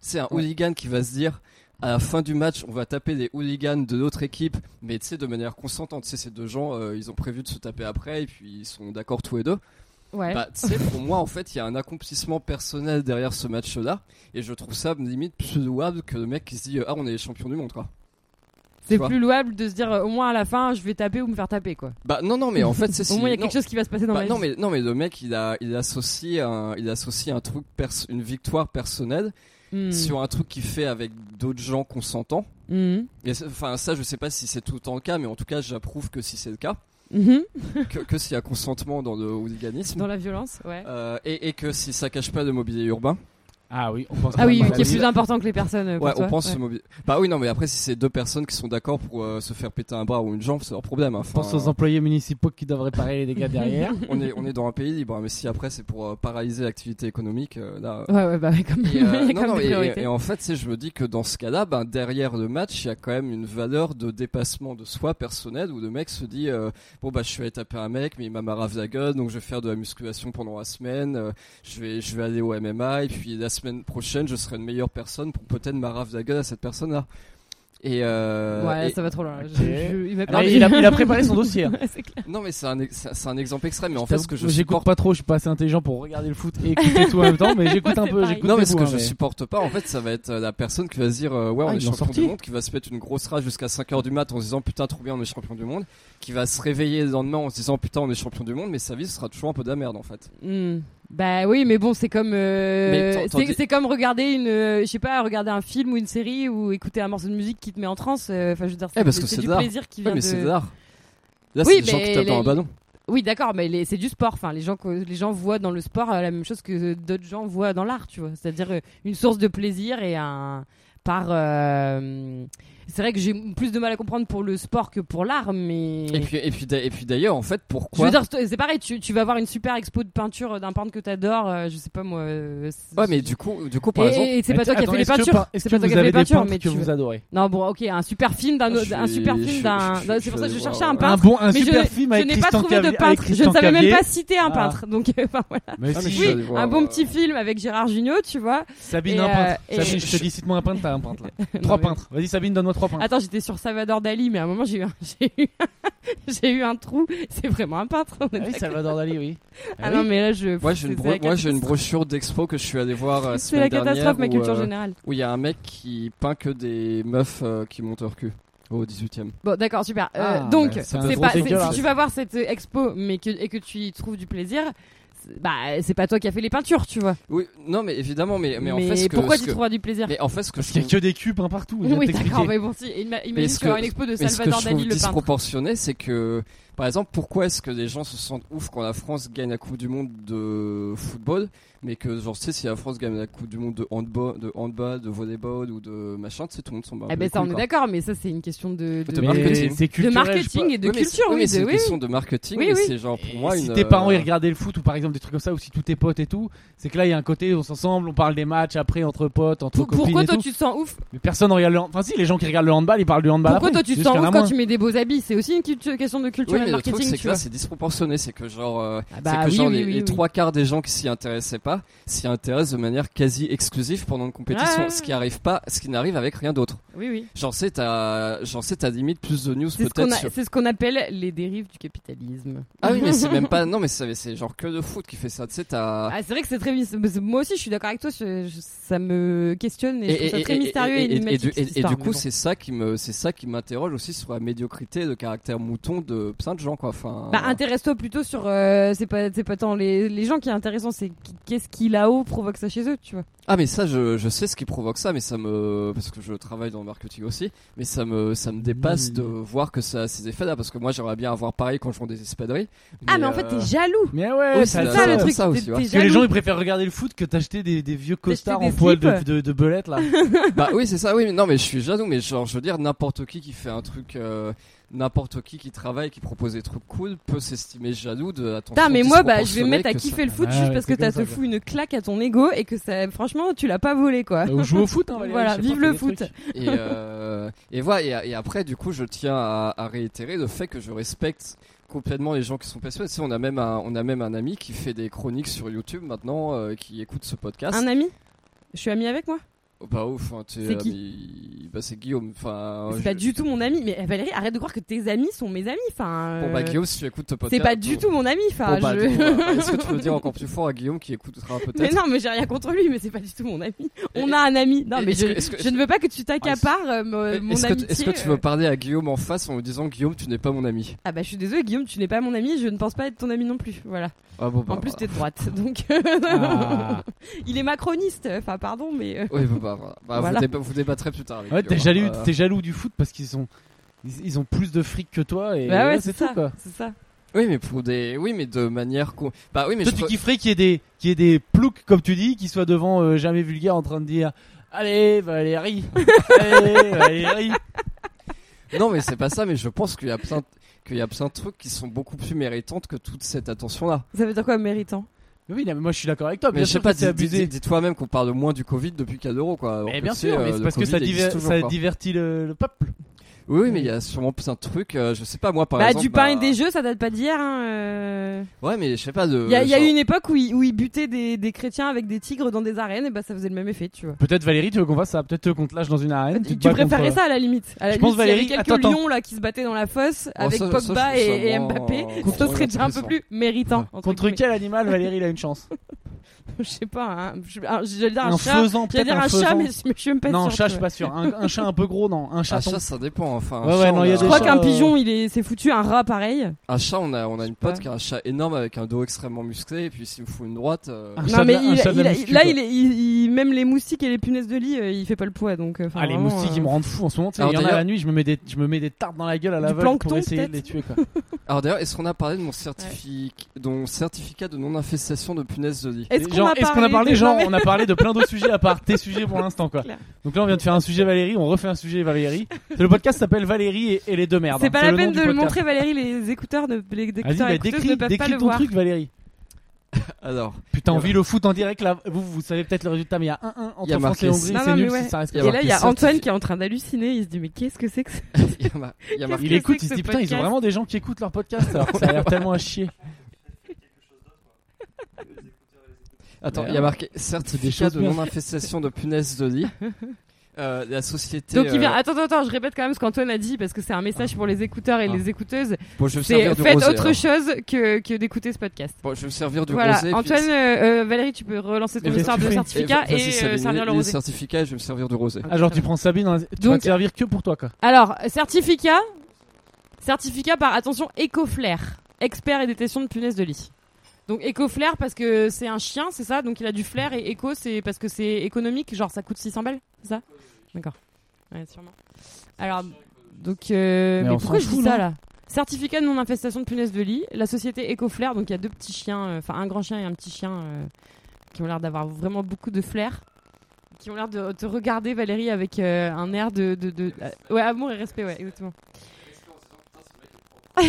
[SPEAKER 3] C'est un
[SPEAKER 1] Ouais.
[SPEAKER 3] hooligan qui va se dire, à la fin du match, on va taper des hooligans de l'autre équipe, mais tu sais, de manière consentante. Tu sais, ces deux gens, euh, ils ont prévu de se taper après, et puis ils sont d'accord tous les deux.
[SPEAKER 2] Ouais.
[SPEAKER 3] Bah, tu sais, pour moi, en fait, il y a un accomplissement personnel derrière ce match-là, et je trouve ça limite plus louable que le mec qui se dit, euh, ah, on est les champions du monde, quoi.
[SPEAKER 2] c'est
[SPEAKER 3] tu vois.
[SPEAKER 2] plus louable de se dire euh, au moins à la fin je vais taper ou me faire taper quoi.
[SPEAKER 3] Bah, non, non, mais en fait, c'est
[SPEAKER 2] (laughs) Au
[SPEAKER 3] si-
[SPEAKER 2] moins il y a
[SPEAKER 3] non.
[SPEAKER 2] quelque chose qui va se passer dans
[SPEAKER 3] Bah,
[SPEAKER 2] ma vie.
[SPEAKER 3] non mais non mais le mec il a il associe un il associe un truc perso- une victoire personnelle
[SPEAKER 2] Hmm.
[SPEAKER 3] sur un truc qu'il fait avec d'autres gens consentants.
[SPEAKER 2] Mhm.
[SPEAKER 3] Et c'est- Enfin ça je sais pas si c'est tout le temps le cas mais en tout cas j'approuve que si c'est le cas
[SPEAKER 2] (laughs) Mhm.
[SPEAKER 3] que, que s'il y a consentement dans le hooliganisme
[SPEAKER 2] Dans la violence, ouais.
[SPEAKER 3] euh, et, et que si ça cache pas de mobilier urbain.
[SPEAKER 1] Ah oui, on pense
[SPEAKER 2] Ah oui,
[SPEAKER 1] quand même
[SPEAKER 2] oui,
[SPEAKER 1] à
[SPEAKER 2] qui est
[SPEAKER 1] la
[SPEAKER 2] plus important que les personnes. euh, pour
[SPEAKER 3] Ouais
[SPEAKER 2] toi.
[SPEAKER 3] on pense
[SPEAKER 2] Ouais.
[SPEAKER 3] au mobilier. Bah oui non mais après si c'est deux personnes qui sont d'accord pour euh, se faire péter un bras ou une jambe c'est leur problème. hein.
[SPEAKER 1] Je
[SPEAKER 3] Enfin,
[SPEAKER 1] pense aux employés municipaux qui doivent réparer les dégâts
[SPEAKER 2] (laughs)
[SPEAKER 1] derrière.
[SPEAKER 3] on est on est dans un pays libre hein, mais si après c'est pour euh, paralyser l'activité économique euh, là.
[SPEAKER 2] Ouais, ouais, bah, comme
[SPEAKER 3] Et,
[SPEAKER 2] (laughs) il y
[SPEAKER 3] euh,
[SPEAKER 2] a
[SPEAKER 3] non,
[SPEAKER 2] quand
[SPEAKER 3] non,
[SPEAKER 2] même des
[SPEAKER 3] et-
[SPEAKER 2] priorités.
[SPEAKER 3] et- et en fait, c'est, je me dis que dans ce cas-là, ben, derrière le match, il y a quand même une valeur de dépassement de soi personnel où le mec se dit euh, Bon, bah, je suis allé taper un mec, mais il m'a marave la gueule, donc je vais faire de la musculation pendant la semaine, euh, je, vais, je vais aller au MMA, et puis la semaine prochaine, je serai une meilleure personne pour peut-être marave la gueule à cette personne-là. Et, euh,
[SPEAKER 2] Ouais,
[SPEAKER 3] et-
[SPEAKER 2] ça va trop loin. là. Je-
[SPEAKER 1] Ok.
[SPEAKER 2] je- il m'a
[SPEAKER 1] Non,
[SPEAKER 2] perdu.
[SPEAKER 1] mais il, a, il a préparé
[SPEAKER 2] (laughs)
[SPEAKER 1] son dossier. hein.
[SPEAKER 2] Ouais, c'est clair.
[SPEAKER 3] Non, mais c'est un, ex- c'est c'est un exemple extrême, mais en fait, ce que je
[SPEAKER 1] J'écoute pas trop, je suis pas assez intelligent pour regarder le foot et écouter tout en même temps, mais j'écoute un
[SPEAKER 2] C'est
[SPEAKER 1] peu.
[SPEAKER 2] pareil.
[SPEAKER 1] j'écoute
[SPEAKER 3] Non,
[SPEAKER 1] des
[SPEAKER 3] mais ce
[SPEAKER 1] bouts,
[SPEAKER 3] que
[SPEAKER 1] hein,
[SPEAKER 3] je
[SPEAKER 1] mais-
[SPEAKER 3] supporte pas, en fait, ça va être euh, la personne qui va se dire euh, Ouais, on
[SPEAKER 1] Ah,
[SPEAKER 3] est
[SPEAKER 1] ils l'ont
[SPEAKER 3] champion
[SPEAKER 1] sorti.
[SPEAKER 3] du monde, qui va se mettre une grosse rage jusqu'à 5h du mat en se disant Putain, trop bien, on est champion du monde, qui va se réveiller le lendemain en se disant Putain, on est champion du monde, mais sa vie ce sera toujours un peu de la merde en fait.
[SPEAKER 2] Hmm. Bah oui, mais bon, c'est comme euh,
[SPEAKER 3] Mais t'en- t'en
[SPEAKER 2] c'est-
[SPEAKER 3] dis-
[SPEAKER 2] c'est comme regarder une euh, je sais pas regarder un film ou une série ou écouter un morceau de musique qui te met en transe. euh, Enfin, je veux dire,
[SPEAKER 3] Eh,
[SPEAKER 2] c'est
[SPEAKER 3] parce que
[SPEAKER 2] c'est
[SPEAKER 3] c'est
[SPEAKER 2] du
[SPEAKER 3] de l'art.
[SPEAKER 2] plaisir qui
[SPEAKER 3] Ouais,
[SPEAKER 2] vient
[SPEAKER 3] mais c'est
[SPEAKER 2] de.
[SPEAKER 3] d'art. Là,
[SPEAKER 2] Oui,
[SPEAKER 3] c'est des gens
[SPEAKER 2] mais
[SPEAKER 3] qui tapent dans
[SPEAKER 2] les-
[SPEAKER 3] un ballon.
[SPEAKER 2] Oui, d'accord, mais les- c'est du sport. Enfin, les gens que les gens voient dans le sport euh, la même chose que d'autres gens voient dans l'art, tu vois. C'est-à-dire euh, une source de plaisir et un par euh, C'est vrai que j'ai plus de mal à comprendre pour le sport que pour l'art, mais.
[SPEAKER 3] Et puis, et puis, d'a- et puis d'ailleurs, en fait,
[SPEAKER 2] Je
[SPEAKER 3] pourquoi
[SPEAKER 2] veux dire, c'est pareil, tu, tu vas voir une super expo de peinture d'un peintre que t'adores, euh, je sais pas moi. euh, c'est-
[SPEAKER 3] Ouais, mais du coup, du coup, par
[SPEAKER 2] Et-
[SPEAKER 3] exemple,
[SPEAKER 2] et c'est pas toi qui as
[SPEAKER 1] Attends,
[SPEAKER 2] fait les
[SPEAKER 1] est-ce que
[SPEAKER 2] peintures.
[SPEAKER 1] par-
[SPEAKER 2] C'est
[SPEAKER 1] Est-ce que
[SPEAKER 2] pas toi
[SPEAKER 1] vous
[SPEAKER 2] qui as fait
[SPEAKER 1] avez
[SPEAKER 2] les
[SPEAKER 1] des
[SPEAKER 2] peintures,
[SPEAKER 1] peintres
[SPEAKER 2] mais
[SPEAKER 1] que
[SPEAKER 2] tu.
[SPEAKER 1] vous adorez
[SPEAKER 2] Non, bon, ok, un super film
[SPEAKER 3] Ah,
[SPEAKER 2] d'un.
[SPEAKER 3] Je suis-
[SPEAKER 2] autre- Un super
[SPEAKER 3] je suis-
[SPEAKER 2] film d'un.
[SPEAKER 3] je
[SPEAKER 2] d'un-
[SPEAKER 3] suis-
[SPEAKER 2] C'est pour
[SPEAKER 3] je
[SPEAKER 2] ça que je
[SPEAKER 3] suis allé
[SPEAKER 2] cherchais
[SPEAKER 3] voir,
[SPEAKER 2] un
[SPEAKER 1] Un
[SPEAKER 3] ouais.
[SPEAKER 2] peintre.
[SPEAKER 1] bon, un
[SPEAKER 2] mais
[SPEAKER 1] super
[SPEAKER 2] je,
[SPEAKER 1] film
[SPEAKER 2] je
[SPEAKER 1] avec
[SPEAKER 2] n'ai pas
[SPEAKER 1] Christian
[SPEAKER 2] trouvé
[SPEAKER 1] Clavier-
[SPEAKER 2] de
[SPEAKER 1] avec
[SPEAKER 2] peintre. Je ne
[SPEAKER 1] Christian
[SPEAKER 2] savais même
[SPEAKER 1] Clavier.
[SPEAKER 2] pas citer un
[SPEAKER 1] Ah.
[SPEAKER 2] peintre. Donc, (laughs) euh, enfin, voilà.
[SPEAKER 1] Mais
[SPEAKER 3] Ah, mais
[SPEAKER 1] si,
[SPEAKER 3] je suis
[SPEAKER 2] Oui,
[SPEAKER 3] allé voir,
[SPEAKER 2] un bon
[SPEAKER 3] euh,
[SPEAKER 2] petit film avec Gérard Jugnot, tu vois.
[SPEAKER 1] Sabine,
[SPEAKER 2] Et,
[SPEAKER 1] un
[SPEAKER 2] euh,
[SPEAKER 1] peintre.
[SPEAKER 2] et-
[SPEAKER 1] Sabine, je te dis, cite-moi un peintre, t'as un peintre là.
[SPEAKER 2] (laughs) Non,
[SPEAKER 1] Trois
[SPEAKER 2] mais-
[SPEAKER 1] peintres. Vas-y, Sabine, donne-moi trois peintres.
[SPEAKER 2] Attends, j'étais sur Salvador Dali, mais à un moment j'ai eu, un- (laughs) j'ai eu, j'ai eu un trou. C'est vraiment un peintre. on est
[SPEAKER 1] Ah oui,
[SPEAKER 2] d'accord.
[SPEAKER 1] Salvador Dali, oui.
[SPEAKER 2] Ah
[SPEAKER 1] Ah
[SPEAKER 2] non,
[SPEAKER 1] oui.
[SPEAKER 2] mais là je.
[SPEAKER 3] moi j'ai une,
[SPEAKER 2] c'est
[SPEAKER 3] bro-
[SPEAKER 2] la
[SPEAKER 3] moi, j'ai une
[SPEAKER 2] catastrophe.
[SPEAKER 3] brochure d'expo que je suis allé voir euh, la
[SPEAKER 2] C'est
[SPEAKER 3] semaine
[SPEAKER 2] la
[SPEAKER 3] dernière
[SPEAKER 2] catastrophe, ma
[SPEAKER 3] où,
[SPEAKER 2] culture
[SPEAKER 3] euh,
[SPEAKER 2] générale.
[SPEAKER 3] où il y a un mec qui peint que des meufs euh, qui montent leur cul au 18 e
[SPEAKER 2] Bon, d'accord, super. Euh,
[SPEAKER 1] Ah,
[SPEAKER 2] donc,
[SPEAKER 1] ouais, c'est un
[SPEAKER 2] c'est
[SPEAKER 1] gros
[SPEAKER 2] pas, c'est-
[SPEAKER 1] dégueulasse.
[SPEAKER 2] si tu vas voir cette euh, expo mais que, et que tu y trouves du plaisir, c'est- bah, c'est pas toi qui as fait les peintures, tu vois.
[SPEAKER 3] Oui, non, mais évidemment, mais, mais, en fait, ce que,
[SPEAKER 2] pourquoi
[SPEAKER 3] ce
[SPEAKER 2] tu
[SPEAKER 3] que-
[SPEAKER 2] trouveras du plaisir
[SPEAKER 3] mais en fait, ce que
[SPEAKER 1] Parce
[SPEAKER 3] je
[SPEAKER 1] qu'il y a
[SPEAKER 3] trouve-
[SPEAKER 1] que des cubes hein, partout. je viens de
[SPEAKER 2] Oui,
[SPEAKER 1] t'expliquer.
[SPEAKER 2] d'accord, mais bon, si, ima- imagine
[SPEAKER 3] ce
[SPEAKER 2] tu vas
[SPEAKER 3] que-
[SPEAKER 2] une expo de
[SPEAKER 3] mais ce que
[SPEAKER 2] Salvador
[SPEAKER 3] je trouve
[SPEAKER 2] Dali, le peintre.
[SPEAKER 3] disproportionné, c'est que, par exemple, pourquoi est-ce que les gens se sentent ouf quand la France gagne la Coupe du Monde de football, mais que, genre, tu sais, si la France gagne la Coupe du Monde de handball, de, handball, de volleyball ou de machin, tu sais, tout le monde s'en bat. un
[SPEAKER 2] Ah,
[SPEAKER 3] peu
[SPEAKER 2] ben
[SPEAKER 3] les
[SPEAKER 2] ça, on
[SPEAKER 3] couilles,
[SPEAKER 2] est
[SPEAKER 3] quoi.
[SPEAKER 2] d'accord, mais ça, c'est une question de, de,
[SPEAKER 3] De
[SPEAKER 1] Mais
[SPEAKER 3] marketing.
[SPEAKER 1] c'est
[SPEAKER 2] de
[SPEAKER 1] culturel, je sais
[SPEAKER 2] marketing et de
[SPEAKER 3] Oui, mais c'est-
[SPEAKER 2] culture,
[SPEAKER 3] oui,
[SPEAKER 2] oui.
[SPEAKER 3] mais
[SPEAKER 2] de-
[SPEAKER 3] c'est une
[SPEAKER 2] oui,
[SPEAKER 3] question de marketing,
[SPEAKER 2] Oui,
[SPEAKER 3] mais
[SPEAKER 2] oui.
[SPEAKER 3] c'est genre, pour
[SPEAKER 1] Et
[SPEAKER 3] moi,
[SPEAKER 1] si
[SPEAKER 3] une,
[SPEAKER 1] tes parents
[SPEAKER 3] euh,
[SPEAKER 1] ils regardaient le foot ou par exemple des trucs comme ça ou si tous tes potes et tout c'est que là il y a un côté on s'ensemble on parle des matchs après entre potes entre
[SPEAKER 2] Pour-
[SPEAKER 1] copines
[SPEAKER 2] Pourquoi
[SPEAKER 1] et
[SPEAKER 2] toi
[SPEAKER 1] tout.
[SPEAKER 2] tu te sens ouf
[SPEAKER 3] Bah,
[SPEAKER 1] mais personne ne regarde le hand- enfin si les gens qui regardent le handball ils parlent du handball
[SPEAKER 2] Pourquoi
[SPEAKER 1] après.
[SPEAKER 2] toi tu
[SPEAKER 1] C'est
[SPEAKER 2] te
[SPEAKER 1] juste
[SPEAKER 2] sens
[SPEAKER 1] qu'il y en a
[SPEAKER 2] ouf quand
[SPEAKER 1] moins.
[SPEAKER 2] tu mets des beaux habits C'est aussi une cultu- question de culture
[SPEAKER 3] Oui,
[SPEAKER 2] et
[SPEAKER 3] mais
[SPEAKER 2] de
[SPEAKER 3] le truc,
[SPEAKER 2] marketing,
[SPEAKER 3] c'est
[SPEAKER 2] tu
[SPEAKER 3] que là,
[SPEAKER 2] vois.
[SPEAKER 3] c'est disproportionné. C'est que genre, euh,
[SPEAKER 2] Ah bah
[SPEAKER 3] c'est que
[SPEAKER 2] oui,
[SPEAKER 3] genre
[SPEAKER 2] oui,
[SPEAKER 3] les,
[SPEAKER 2] oui,
[SPEAKER 3] les
[SPEAKER 2] oui.
[SPEAKER 3] trois quarts des gens qui s'y intéressaient pas s'y intéressent de manière quasi exclusive pendant une compétition,
[SPEAKER 2] Ouais.
[SPEAKER 3] ce qui arrive pas, ce qui n'arrive avec rien d'autre.
[SPEAKER 2] Oui, oui.
[SPEAKER 3] J'en sais, t'as, j'en sais, t'as limite plus de news
[SPEAKER 2] C'est ce qu'on
[SPEAKER 3] peut-être.
[SPEAKER 2] a-
[SPEAKER 3] sur-
[SPEAKER 2] c'est ce qu'on appelle les dérives du capitalisme.
[SPEAKER 3] Ah oui, mais c'est même
[SPEAKER 2] (laughs)
[SPEAKER 3] pas. Non, mais c'est, c'est genre que de foot qui fait ça. Tu sais, t'as.
[SPEAKER 2] Ah, c'est vrai que c'est très mys- mais Moi aussi, je suis d'accord avec toi. je- je- ça me questionne et, je trouve ça très mystérieux et,
[SPEAKER 3] et- et-
[SPEAKER 2] énigmatique,
[SPEAKER 3] du- et-
[SPEAKER 2] cette
[SPEAKER 3] et
[SPEAKER 2] histoire,
[SPEAKER 3] du
[SPEAKER 2] mais
[SPEAKER 3] coup,
[SPEAKER 2] bon.
[SPEAKER 3] c'est ça qui me, c'est ça qui m'interroge aussi sur la médiocrité de caractère mouton de plein de gens, quoi. Enfin.
[SPEAKER 2] Bah, intéresse-toi plutôt sur. euh, c'est pas, c'est pas tant les, les gens qui est intéressant, c'est qui- qu'est-ce qui là-haut provoque ça chez eux, tu vois.
[SPEAKER 3] Ah mais ça je, je sais ce qui provoque ça mais ça me parce que je travaille dans le marketing aussi mais ça me ça me dépasse de voir que ça a ces effets là parce que moi j'aimerais bien avoir pareil quand je vends des espadrilles
[SPEAKER 2] Ah, mais en fait,
[SPEAKER 3] euh,
[SPEAKER 2] t'es jaloux.
[SPEAKER 1] mais ouais
[SPEAKER 3] Oui,
[SPEAKER 1] ça,
[SPEAKER 3] c'est
[SPEAKER 2] C'est
[SPEAKER 1] ça,
[SPEAKER 2] ça le
[SPEAKER 1] parce
[SPEAKER 2] truc.
[SPEAKER 3] ça
[SPEAKER 2] t'es-
[SPEAKER 3] aussi,
[SPEAKER 2] t'es
[SPEAKER 3] ouais.
[SPEAKER 1] que les gens
[SPEAKER 2] jaloux.
[SPEAKER 1] ils préfèrent regarder le foot que t'acheter des, des vieux costards
[SPEAKER 2] des
[SPEAKER 1] en poil de,
[SPEAKER 2] slips.
[SPEAKER 1] de, de belette
[SPEAKER 2] (laughs)
[SPEAKER 1] là
[SPEAKER 3] bah oui c'est ça oui mais non mais je suis jaloux mais genre je veux dire n'importe qui qui fait un truc euh, n'importe qui qui travaille qui propose des trucs cool peut s'estimer jaloux de l'attention
[SPEAKER 2] Putain, mais moi, bah, je
[SPEAKER 3] disproportionnée
[SPEAKER 2] vais me mettre à
[SPEAKER 3] que ça-
[SPEAKER 2] kiffer le foot
[SPEAKER 1] Ah
[SPEAKER 2] juste
[SPEAKER 1] ouais,
[SPEAKER 2] parce que
[SPEAKER 1] c'est
[SPEAKER 2] t'as
[SPEAKER 1] comme
[SPEAKER 2] te
[SPEAKER 1] ça,
[SPEAKER 2] foutu une claque à ton ego et que ça, franchement, tu l'as pas volé, quoi.
[SPEAKER 1] on joue au foot hein, Valérie,
[SPEAKER 2] Voilà,
[SPEAKER 1] je sais pas,
[SPEAKER 2] vive
[SPEAKER 1] fais
[SPEAKER 2] le
[SPEAKER 1] des
[SPEAKER 2] foot.
[SPEAKER 1] trucs.
[SPEAKER 3] et, euh, et voilà et, a- et après du coup je tiens à, à réitérer le fait que je respecte complètement les gens qui sont passionnés tu sais on a même un, on a même un ami qui fait des chroniques sur YouTube maintenant euh, qui écoute ce podcast
[SPEAKER 2] Un ami Je suis ami avec moi
[SPEAKER 3] Oh, Bah ouf, hein, t'es
[SPEAKER 2] C'est qui
[SPEAKER 3] ami- bah, c'est Guillaume. Enfin,
[SPEAKER 2] C'est
[SPEAKER 3] je-
[SPEAKER 2] pas du tout mon ami. Mais eh, Valérie, arrête de croire que tes amis sont mes amis. Enfin,
[SPEAKER 3] Bon bah
[SPEAKER 2] euh,
[SPEAKER 3] Guillaume, si tu écoutes ton podcast.
[SPEAKER 2] c'est pas du tout mon ami. Enfin,
[SPEAKER 3] Bon, bah,
[SPEAKER 2] je-
[SPEAKER 3] du
[SPEAKER 2] (laughs)
[SPEAKER 3] coup, voilà. Est-ce que tu veux dire encore plus fort à Guillaume qui écoutera
[SPEAKER 2] Mais
[SPEAKER 3] peut-être
[SPEAKER 2] non, mais j'ai rien contre lui, mais c'est pas du tout mon ami. On
[SPEAKER 3] Et-
[SPEAKER 2] a un ami. Non,
[SPEAKER 3] et
[SPEAKER 2] mais
[SPEAKER 3] est-ce
[SPEAKER 2] je,
[SPEAKER 3] que- est-ce que- Ah,
[SPEAKER 2] je ne veux pas que tu t'accapares euh, mon
[SPEAKER 3] Mais
[SPEAKER 2] mon
[SPEAKER 3] Est-ce que,
[SPEAKER 2] amitié.
[SPEAKER 3] est-ce que tu
[SPEAKER 2] euh.
[SPEAKER 3] veux parler à Guillaume en face en lui disant Guillaume, tu n'es pas mon ami
[SPEAKER 2] Ah bah je suis désolée, Guillaume, tu n'es pas mon ami, je ne pense pas être ton ami non plus. Voilà.
[SPEAKER 3] Ah bon bah.
[SPEAKER 2] en plus,
[SPEAKER 3] voilà.
[SPEAKER 2] t'es de droite, (laughs) donc
[SPEAKER 1] Ah.
[SPEAKER 2] (laughs) il est macroniste. Enfin, pardon, mais euh,
[SPEAKER 3] Oui, bah, bah, voilà. Bah,
[SPEAKER 2] Voilà.
[SPEAKER 3] Vous, déba- vous débattrez plus tard. avec
[SPEAKER 1] ouais t'es
[SPEAKER 3] Guillaume,
[SPEAKER 1] jaloux
[SPEAKER 3] euh.
[SPEAKER 1] t'es jaloux du foot parce qu'ils ont ils, ils ont plus de fric que toi et
[SPEAKER 2] bah ouais,
[SPEAKER 1] ouais, c'est
[SPEAKER 2] ça,
[SPEAKER 1] tout quoi
[SPEAKER 2] c'est ça.
[SPEAKER 3] Oui, mais pour des. Oui, mais de manière. con- Bah oui, mais
[SPEAKER 1] Toi,
[SPEAKER 3] je.
[SPEAKER 1] tu
[SPEAKER 3] peux-
[SPEAKER 1] kifferais qu'il y ait des, qu'il y ait des ploucs, comme tu dis, qui soient devant euh, Jamais Vulgaire en train de dire Allez,
[SPEAKER 2] (laughs)
[SPEAKER 1] Valérie Allez, Valérie
[SPEAKER 3] (laughs) Non, mais c'est pas ça, mais je pense qu'il y a plein. de- Qu'il y a plein de trucs qui sont beaucoup plus méritantes que toute cette attention-là.
[SPEAKER 2] Ça veut dire quoi, méritant
[SPEAKER 1] Mais Oui, non, mais moi, je suis d'accord avec toi, Ah,
[SPEAKER 3] Mais
[SPEAKER 1] bien
[SPEAKER 3] je sais
[SPEAKER 1] sûr
[SPEAKER 3] pas,
[SPEAKER 1] que c'est
[SPEAKER 3] dis,
[SPEAKER 1] abusé.
[SPEAKER 3] dis- dis toi-même qu'on parle moins du Covid depuis Cadoro, quoi. alors
[SPEAKER 1] mais
[SPEAKER 3] que
[SPEAKER 1] bien
[SPEAKER 3] tu sais,
[SPEAKER 1] sûr,
[SPEAKER 3] euh,
[SPEAKER 1] mais c'est
[SPEAKER 3] le
[SPEAKER 1] parce que
[SPEAKER 3] Covid
[SPEAKER 1] ça,
[SPEAKER 3] existe
[SPEAKER 1] diver-
[SPEAKER 3] toujours
[SPEAKER 1] ça
[SPEAKER 3] pas.
[SPEAKER 1] divertit le, le peuple.
[SPEAKER 3] Oui, oui, mais il y a sûrement plein de trucs. euh, je sais pas, moi, par
[SPEAKER 2] Bah
[SPEAKER 3] exemple.
[SPEAKER 2] du pain et des jeux, ça date pas d'hier. hein, euh.
[SPEAKER 3] Ouais, mais je sais pas de.
[SPEAKER 2] Il y a, il y a
[SPEAKER 3] genre-
[SPEAKER 2] eu une époque où ils, où ils butaient des, des chrétiens avec des tigres dans des arènes, et bah ça faisait le même effet, tu vois.
[SPEAKER 1] Peut-être, Valérie, tu veux qu'on fasse ça Peut-être euh, qu'on te lâche dans une arène.
[SPEAKER 2] Tu,
[SPEAKER 1] te
[SPEAKER 2] tu
[SPEAKER 1] bats
[SPEAKER 2] préférais
[SPEAKER 1] contre-
[SPEAKER 2] ça à la limite. À la
[SPEAKER 1] Je
[SPEAKER 2] limite,
[SPEAKER 1] pense,
[SPEAKER 2] s'il y avait
[SPEAKER 1] Valérie,
[SPEAKER 2] quelques
[SPEAKER 1] attends, attends. Oh,
[SPEAKER 2] lions là qui se battaient dans la fosse
[SPEAKER 3] Bon,
[SPEAKER 2] avec
[SPEAKER 3] ça- ça, je
[SPEAKER 2] Pogba
[SPEAKER 3] trouve ça
[SPEAKER 2] et, et
[SPEAKER 3] moins-
[SPEAKER 2] Mbappé.
[SPEAKER 3] contre-
[SPEAKER 2] Ça serait déjà un peu
[SPEAKER 3] intéressant.
[SPEAKER 2] plus méritant. entre
[SPEAKER 1] Contre
[SPEAKER 2] guillemets.
[SPEAKER 1] quel animal Valérie il a une chance
[SPEAKER 2] Je sais pas. hein. Je- un- J'allais dire (laughs) un
[SPEAKER 1] Un
[SPEAKER 2] chat.
[SPEAKER 1] faisan,
[SPEAKER 2] J'allais
[SPEAKER 1] peut-être
[SPEAKER 2] dire
[SPEAKER 1] un,
[SPEAKER 2] un, chat,
[SPEAKER 1] faisan.
[SPEAKER 2] mais je mais je suis même pas
[SPEAKER 1] non, un
[SPEAKER 2] sûre,
[SPEAKER 1] chat,
[SPEAKER 2] tu
[SPEAKER 1] je suis
[SPEAKER 2] vois.
[SPEAKER 1] pas sûr. Un, un chat un peu gros, non. Un
[SPEAKER 3] Un
[SPEAKER 1] chaton.
[SPEAKER 3] chat, ça dépend. Enfin, un
[SPEAKER 1] Ouais,
[SPEAKER 3] chat,
[SPEAKER 1] ouais, non,
[SPEAKER 3] on
[SPEAKER 1] il y a
[SPEAKER 3] a-
[SPEAKER 1] des
[SPEAKER 2] Je crois
[SPEAKER 1] chats,
[SPEAKER 2] qu'un
[SPEAKER 1] euh,
[SPEAKER 2] pigeon, il est, c'est foutu. Un rat, pareil.
[SPEAKER 3] un chat, on a, on a une
[SPEAKER 2] pas.
[SPEAKER 3] pote qui a un chat énorme avec un dos extrêmement musclé, et puis s'il vous faut une droite. euh,
[SPEAKER 1] Ah, Un chat
[SPEAKER 2] Non,
[SPEAKER 1] de
[SPEAKER 2] mais
[SPEAKER 1] la- un
[SPEAKER 2] il,
[SPEAKER 1] chat de
[SPEAKER 2] il
[SPEAKER 1] la
[SPEAKER 2] a-
[SPEAKER 1] muscu,
[SPEAKER 2] là,
[SPEAKER 1] quoi.
[SPEAKER 2] il est- il- il- même les moustiques et les punaises de lit, euh, il fait pas le poids, donc.
[SPEAKER 1] Ah, les moustiques, ils me rendent fou en ce moment. tu sais,
[SPEAKER 3] euh, Alors,
[SPEAKER 1] Il y en a
[SPEAKER 3] d'ailleurs-
[SPEAKER 1] la nuit, je me mets des, je me mets des tartes dans la gueule à
[SPEAKER 2] Du
[SPEAKER 1] la volée
[SPEAKER 2] plancton,
[SPEAKER 1] pour essayer de
[SPEAKER 2] peut-être
[SPEAKER 1] les tuer, quoi.
[SPEAKER 3] Alors d'ailleurs, est-ce qu'on a parlé de mon, certific... de mon certificat de non-infestation de punaises de lit
[SPEAKER 2] Est-ce
[SPEAKER 1] Les
[SPEAKER 2] qu'on
[SPEAKER 1] gens,
[SPEAKER 2] a
[SPEAKER 1] est-ce qu'on a parlé
[SPEAKER 2] de-
[SPEAKER 1] Genre,
[SPEAKER 2] (laughs) non, mais-
[SPEAKER 1] on a parlé de plein d'autres sujets à part tes sujets pour l'instant, quoi.
[SPEAKER 2] Clair.
[SPEAKER 1] Donc là, on vient de faire un sujet Valérie, on refait un sujet Valérie. Le podcast s'appelle Valérie et, et les deux merdes. hein.
[SPEAKER 2] C'est pas la
[SPEAKER 1] le nom
[SPEAKER 2] peine
[SPEAKER 1] du
[SPEAKER 2] de le
[SPEAKER 1] podcast.
[SPEAKER 2] montrer, Valérie. Les écouteurs ne, les
[SPEAKER 1] Vas-y,
[SPEAKER 2] écouteurs
[SPEAKER 1] bah,
[SPEAKER 2] et écouteuses
[SPEAKER 1] décris,
[SPEAKER 2] ne peuvent pas
[SPEAKER 1] décris
[SPEAKER 2] le
[SPEAKER 1] ton
[SPEAKER 2] voir.
[SPEAKER 1] truc, Valérie.
[SPEAKER 2] (laughs)
[SPEAKER 3] Alors,
[SPEAKER 1] Putain, on
[SPEAKER 3] Ouais.
[SPEAKER 1] vit le foot en direct là. Vous, vous savez peut-être le résultat, mais il y a 1-1
[SPEAKER 3] Il y a
[SPEAKER 1] entre France et
[SPEAKER 3] marqué-
[SPEAKER 1] Hongrie.
[SPEAKER 2] Non,
[SPEAKER 1] C'est
[SPEAKER 2] non,
[SPEAKER 1] nul,
[SPEAKER 2] mais ouais.
[SPEAKER 1] si ça reste
[SPEAKER 3] Il y
[SPEAKER 1] comme
[SPEAKER 3] a
[SPEAKER 1] ça.
[SPEAKER 2] Et là, il y a
[SPEAKER 3] marqué
[SPEAKER 2] Antoine
[SPEAKER 3] certifié.
[SPEAKER 2] qui est en train d'halluciner. Il se dit, mais qu'est-ce que c'est que ça
[SPEAKER 3] il y a mar- il y a marqué-
[SPEAKER 1] Il
[SPEAKER 2] Qu'est-ce que
[SPEAKER 1] écoute,
[SPEAKER 2] c'est
[SPEAKER 1] il se
[SPEAKER 2] que ce
[SPEAKER 1] dit putain, ils ont
[SPEAKER 2] podcast
[SPEAKER 1] vraiment des gens qui écoutent leur podcast alors que ça a
[SPEAKER 2] (laughs)
[SPEAKER 1] l'air tellement à chier.
[SPEAKER 3] Attends,
[SPEAKER 1] Merde.
[SPEAKER 3] il y a marqué
[SPEAKER 1] des
[SPEAKER 3] certificat
[SPEAKER 1] choses
[SPEAKER 3] de
[SPEAKER 1] bien.
[SPEAKER 3] non-infestation de punaises de
[SPEAKER 2] (laughs)
[SPEAKER 3] lit. Euh, la société.
[SPEAKER 2] Donc il
[SPEAKER 3] euh,
[SPEAKER 2] vient. Attends, attends, attends, je répète quand même ce qu'Antoine a dit parce que c'est un message pour les écouteurs et
[SPEAKER 3] Ah.
[SPEAKER 2] les écouteuses.
[SPEAKER 3] Bon, je vais me
[SPEAKER 2] C'est
[SPEAKER 3] servir du
[SPEAKER 2] faites
[SPEAKER 3] rosé.
[SPEAKER 2] autre
[SPEAKER 3] alors.
[SPEAKER 2] chose que, que d'écouter ce podcast.
[SPEAKER 3] Bon, je vais me servir du
[SPEAKER 2] Voilà,
[SPEAKER 3] rosé. puis-
[SPEAKER 2] Antoine, euh, euh, Valérie, tu peux relancer ton
[SPEAKER 1] Mais
[SPEAKER 2] histoire de
[SPEAKER 1] vas-y,
[SPEAKER 2] certificat
[SPEAKER 3] vas-y,
[SPEAKER 2] et,
[SPEAKER 3] Sabine,
[SPEAKER 2] euh, servir le
[SPEAKER 3] les
[SPEAKER 2] rosé.
[SPEAKER 3] certificats, je vais me servir du rosé.
[SPEAKER 1] Ah, genre, tu prends Sabine, hein, tu vas
[SPEAKER 2] Donc-
[SPEAKER 1] te servir que pour toi quoi.
[SPEAKER 2] Alors, certificat, certificat par attention Ecoflair, expert et détection de punaises de lit. Donc Ecoflair parce que c'est un chien, c'est ça Donc il a du flair et éco c'est parce que c'est économique, genre ça coûte 600 balles, c'est ça D'accord. Ouais, sûrement. Alors donc euh,
[SPEAKER 1] Mais
[SPEAKER 2] mais,
[SPEAKER 1] on
[SPEAKER 2] pourquoi
[SPEAKER 1] s'en
[SPEAKER 2] je dis
[SPEAKER 1] fout,
[SPEAKER 2] ça
[SPEAKER 1] non
[SPEAKER 2] là Certificat de non infestation de punaises de lit, la société Ecoflair, donc il y a deux petits chiens, euh, enfin un grand chien et un petit chien euh, qui ont l'air d'avoir vraiment beaucoup de flair, qui ont l'air de te regarder Valérie avec euh, un air de, de, de- euh, ouais amour et respect ouais exactement. (laughs)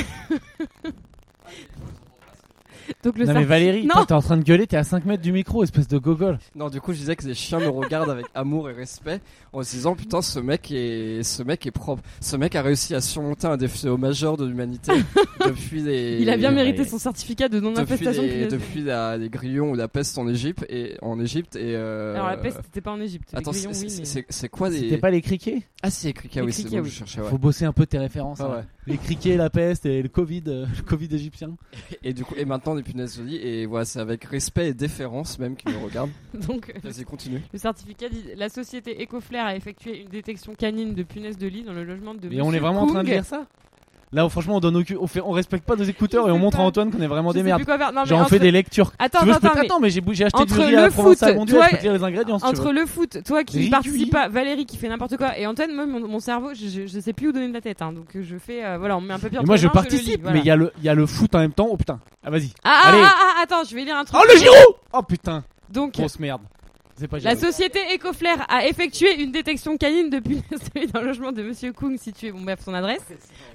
[SPEAKER 2] Donc le
[SPEAKER 1] non mais
[SPEAKER 2] certi-
[SPEAKER 1] Valérie,
[SPEAKER 2] Non.
[SPEAKER 1] toi, t'es en train de gueuler, t'es à 5 mètres du micro, espèce de gogol.
[SPEAKER 3] Non, du coup, je disais que les chiens me regardent avec amour et respect en se disant putain, ce mec est, ce mec est propre. Ce mec a réussi à surmonter un défi majeur de
[SPEAKER 2] (laughs)
[SPEAKER 3] l'humanité depuis les.
[SPEAKER 2] il a bien mérité
[SPEAKER 3] Ouais.
[SPEAKER 2] son certificat de non
[SPEAKER 3] Depuis,
[SPEAKER 2] infestation de
[SPEAKER 1] euh,
[SPEAKER 3] les,
[SPEAKER 2] punaises de lit.
[SPEAKER 3] depuis la- les grillons ou la peste en Égypte et en Égypte et. euh,
[SPEAKER 2] Alors la peste c'était pas en Égypte. les
[SPEAKER 3] Attends,
[SPEAKER 2] grillons,
[SPEAKER 3] c'est-
[SPEAKER 2] oui,
[SPEAKER 3] c'est
[SPEAKER 2] mais-
[SPEAKER 3] c'est- c'est quoi
[SPEAKER 1] C'était
[SPEAKER 3] les.
[SPEAKER 1] pas les criquets
[SPEAKER 3] Ah, c'est les criquets,
[SPEAKER 2] Les
[SPEAKER 3] oui, c'est
[SPEAKER 2] criquets,
[SPEAKER 3] bon, je
[SPEAKER 2] oui.
[SPEAKER 3] cherchais, ouais.
[SPEAKER 1] Faut bosser un peu tes références.
[SPEAKER 3] Ah
[SPEAKER 1] hein.
[SPEAKER 3] ouais.
[SPEAKER 1] Les criquets, la peste et le Covid, euh, le Covid égyptien.
[SPEAKER 3] Et du coup, et maintenant des punaises de lit, et voilà, c'est avec respect et déférence même qu'ils me
[SPEAKER 2] (laughs)
[SPEAKER 3] regardent.
[SPEAKER 2] euh, donc
[SPEAKER 3] Vas-y, continue.
[SPEAKER 2] Le certificat dit la société Ecoflair a effectué une détection canine de punaises de lit dans le logement de.
[SPEAKER 1] Et on est vraiment en train de lire ça Là, oh, franchement, on donne au cul- on, fait, on respecte pas nos écouteurs
[SPEAKER 2] Je
[SPEAKER 1] et on
[SPEAKER 2] sais
[SPEAKER 1] montre à
[SPEAKER 2] pas.
[SPEAKER 1] Antoine qu'on est vraiment des
[SPEAKER 2] des
[SPEAKER 1] merdes.
[SPEAKER 2] Plus quoi faire. Non, mais
[SPEAKER 1] Genre, on
[SPEAKER 2] entre-
[SPEAKER 1] fait des lectures.
[SPEAKER 2] Attends,
[SPEAKER 1] Tu veux, je peux
[SPEAKER 2] attends,
[SPEAKER 1] te-
[SPEAKER 2] mais
[SPEAKER 1] attends, mais j'ai bou- j'ai acheté du
[SPEAKER 2] entre
[SPEAKER 1] riz à la
[SPEAKER 2] le
[SPEAKER 1] Provence à
[SPEAKER 2] foot,
[SPEAKER 1] Bonduelle, je
[SPEAKER 2] toi-
[SPEAKER 1] peux te lire les ingrédients si tu veux.
[SPEAKER 2] Entre le foot, toi qui
[SPEAKER 1] Riz,
[SPEAKER 2] ne participe
[SPEAKER 1] du
[SPEAKER 2] pas, Valérie qui fait n'importe quoi, et Antoine, moi, mon, mon cerveau, je, je, je sais plus où donner de la tête. hein, donc euh, je fais, euh, voilà, on me met un papier.
[SPEAKER 1] Et
[SPEAKER 2] entre
[SPEAKER 1] moi,
[SPEAKER 2] les
[SPEAKER 1] je
[SPEAKER 2] mains, le lis,
[SPEAKER 1] participe,
[SPEAKER 2] voilà.
[SPEAKER 1] mais il y, a le- il y a le foot en même temps. Oh putain, ah vas-y.
[SPEAKER 2] Ah, ah,
[SPEAKER 1] Allez.
[SPEAKER 2] ah, ah, attends, je vais lire un truc.
[SPEAKER 1] Oh le Giroud Oh putain,
[SPEAKER 2] Donc,
[SPEAKER 1] grosse merde. C'est pas
[SPEAKER 2] La
[SPEAKER 1] Giroud.
[SPEAKER 2] société Ecoflair a effectué une détection canine depuis (laughs) l'installé dans le logement de Monsieur Kung, situé, bon bref, son adresse,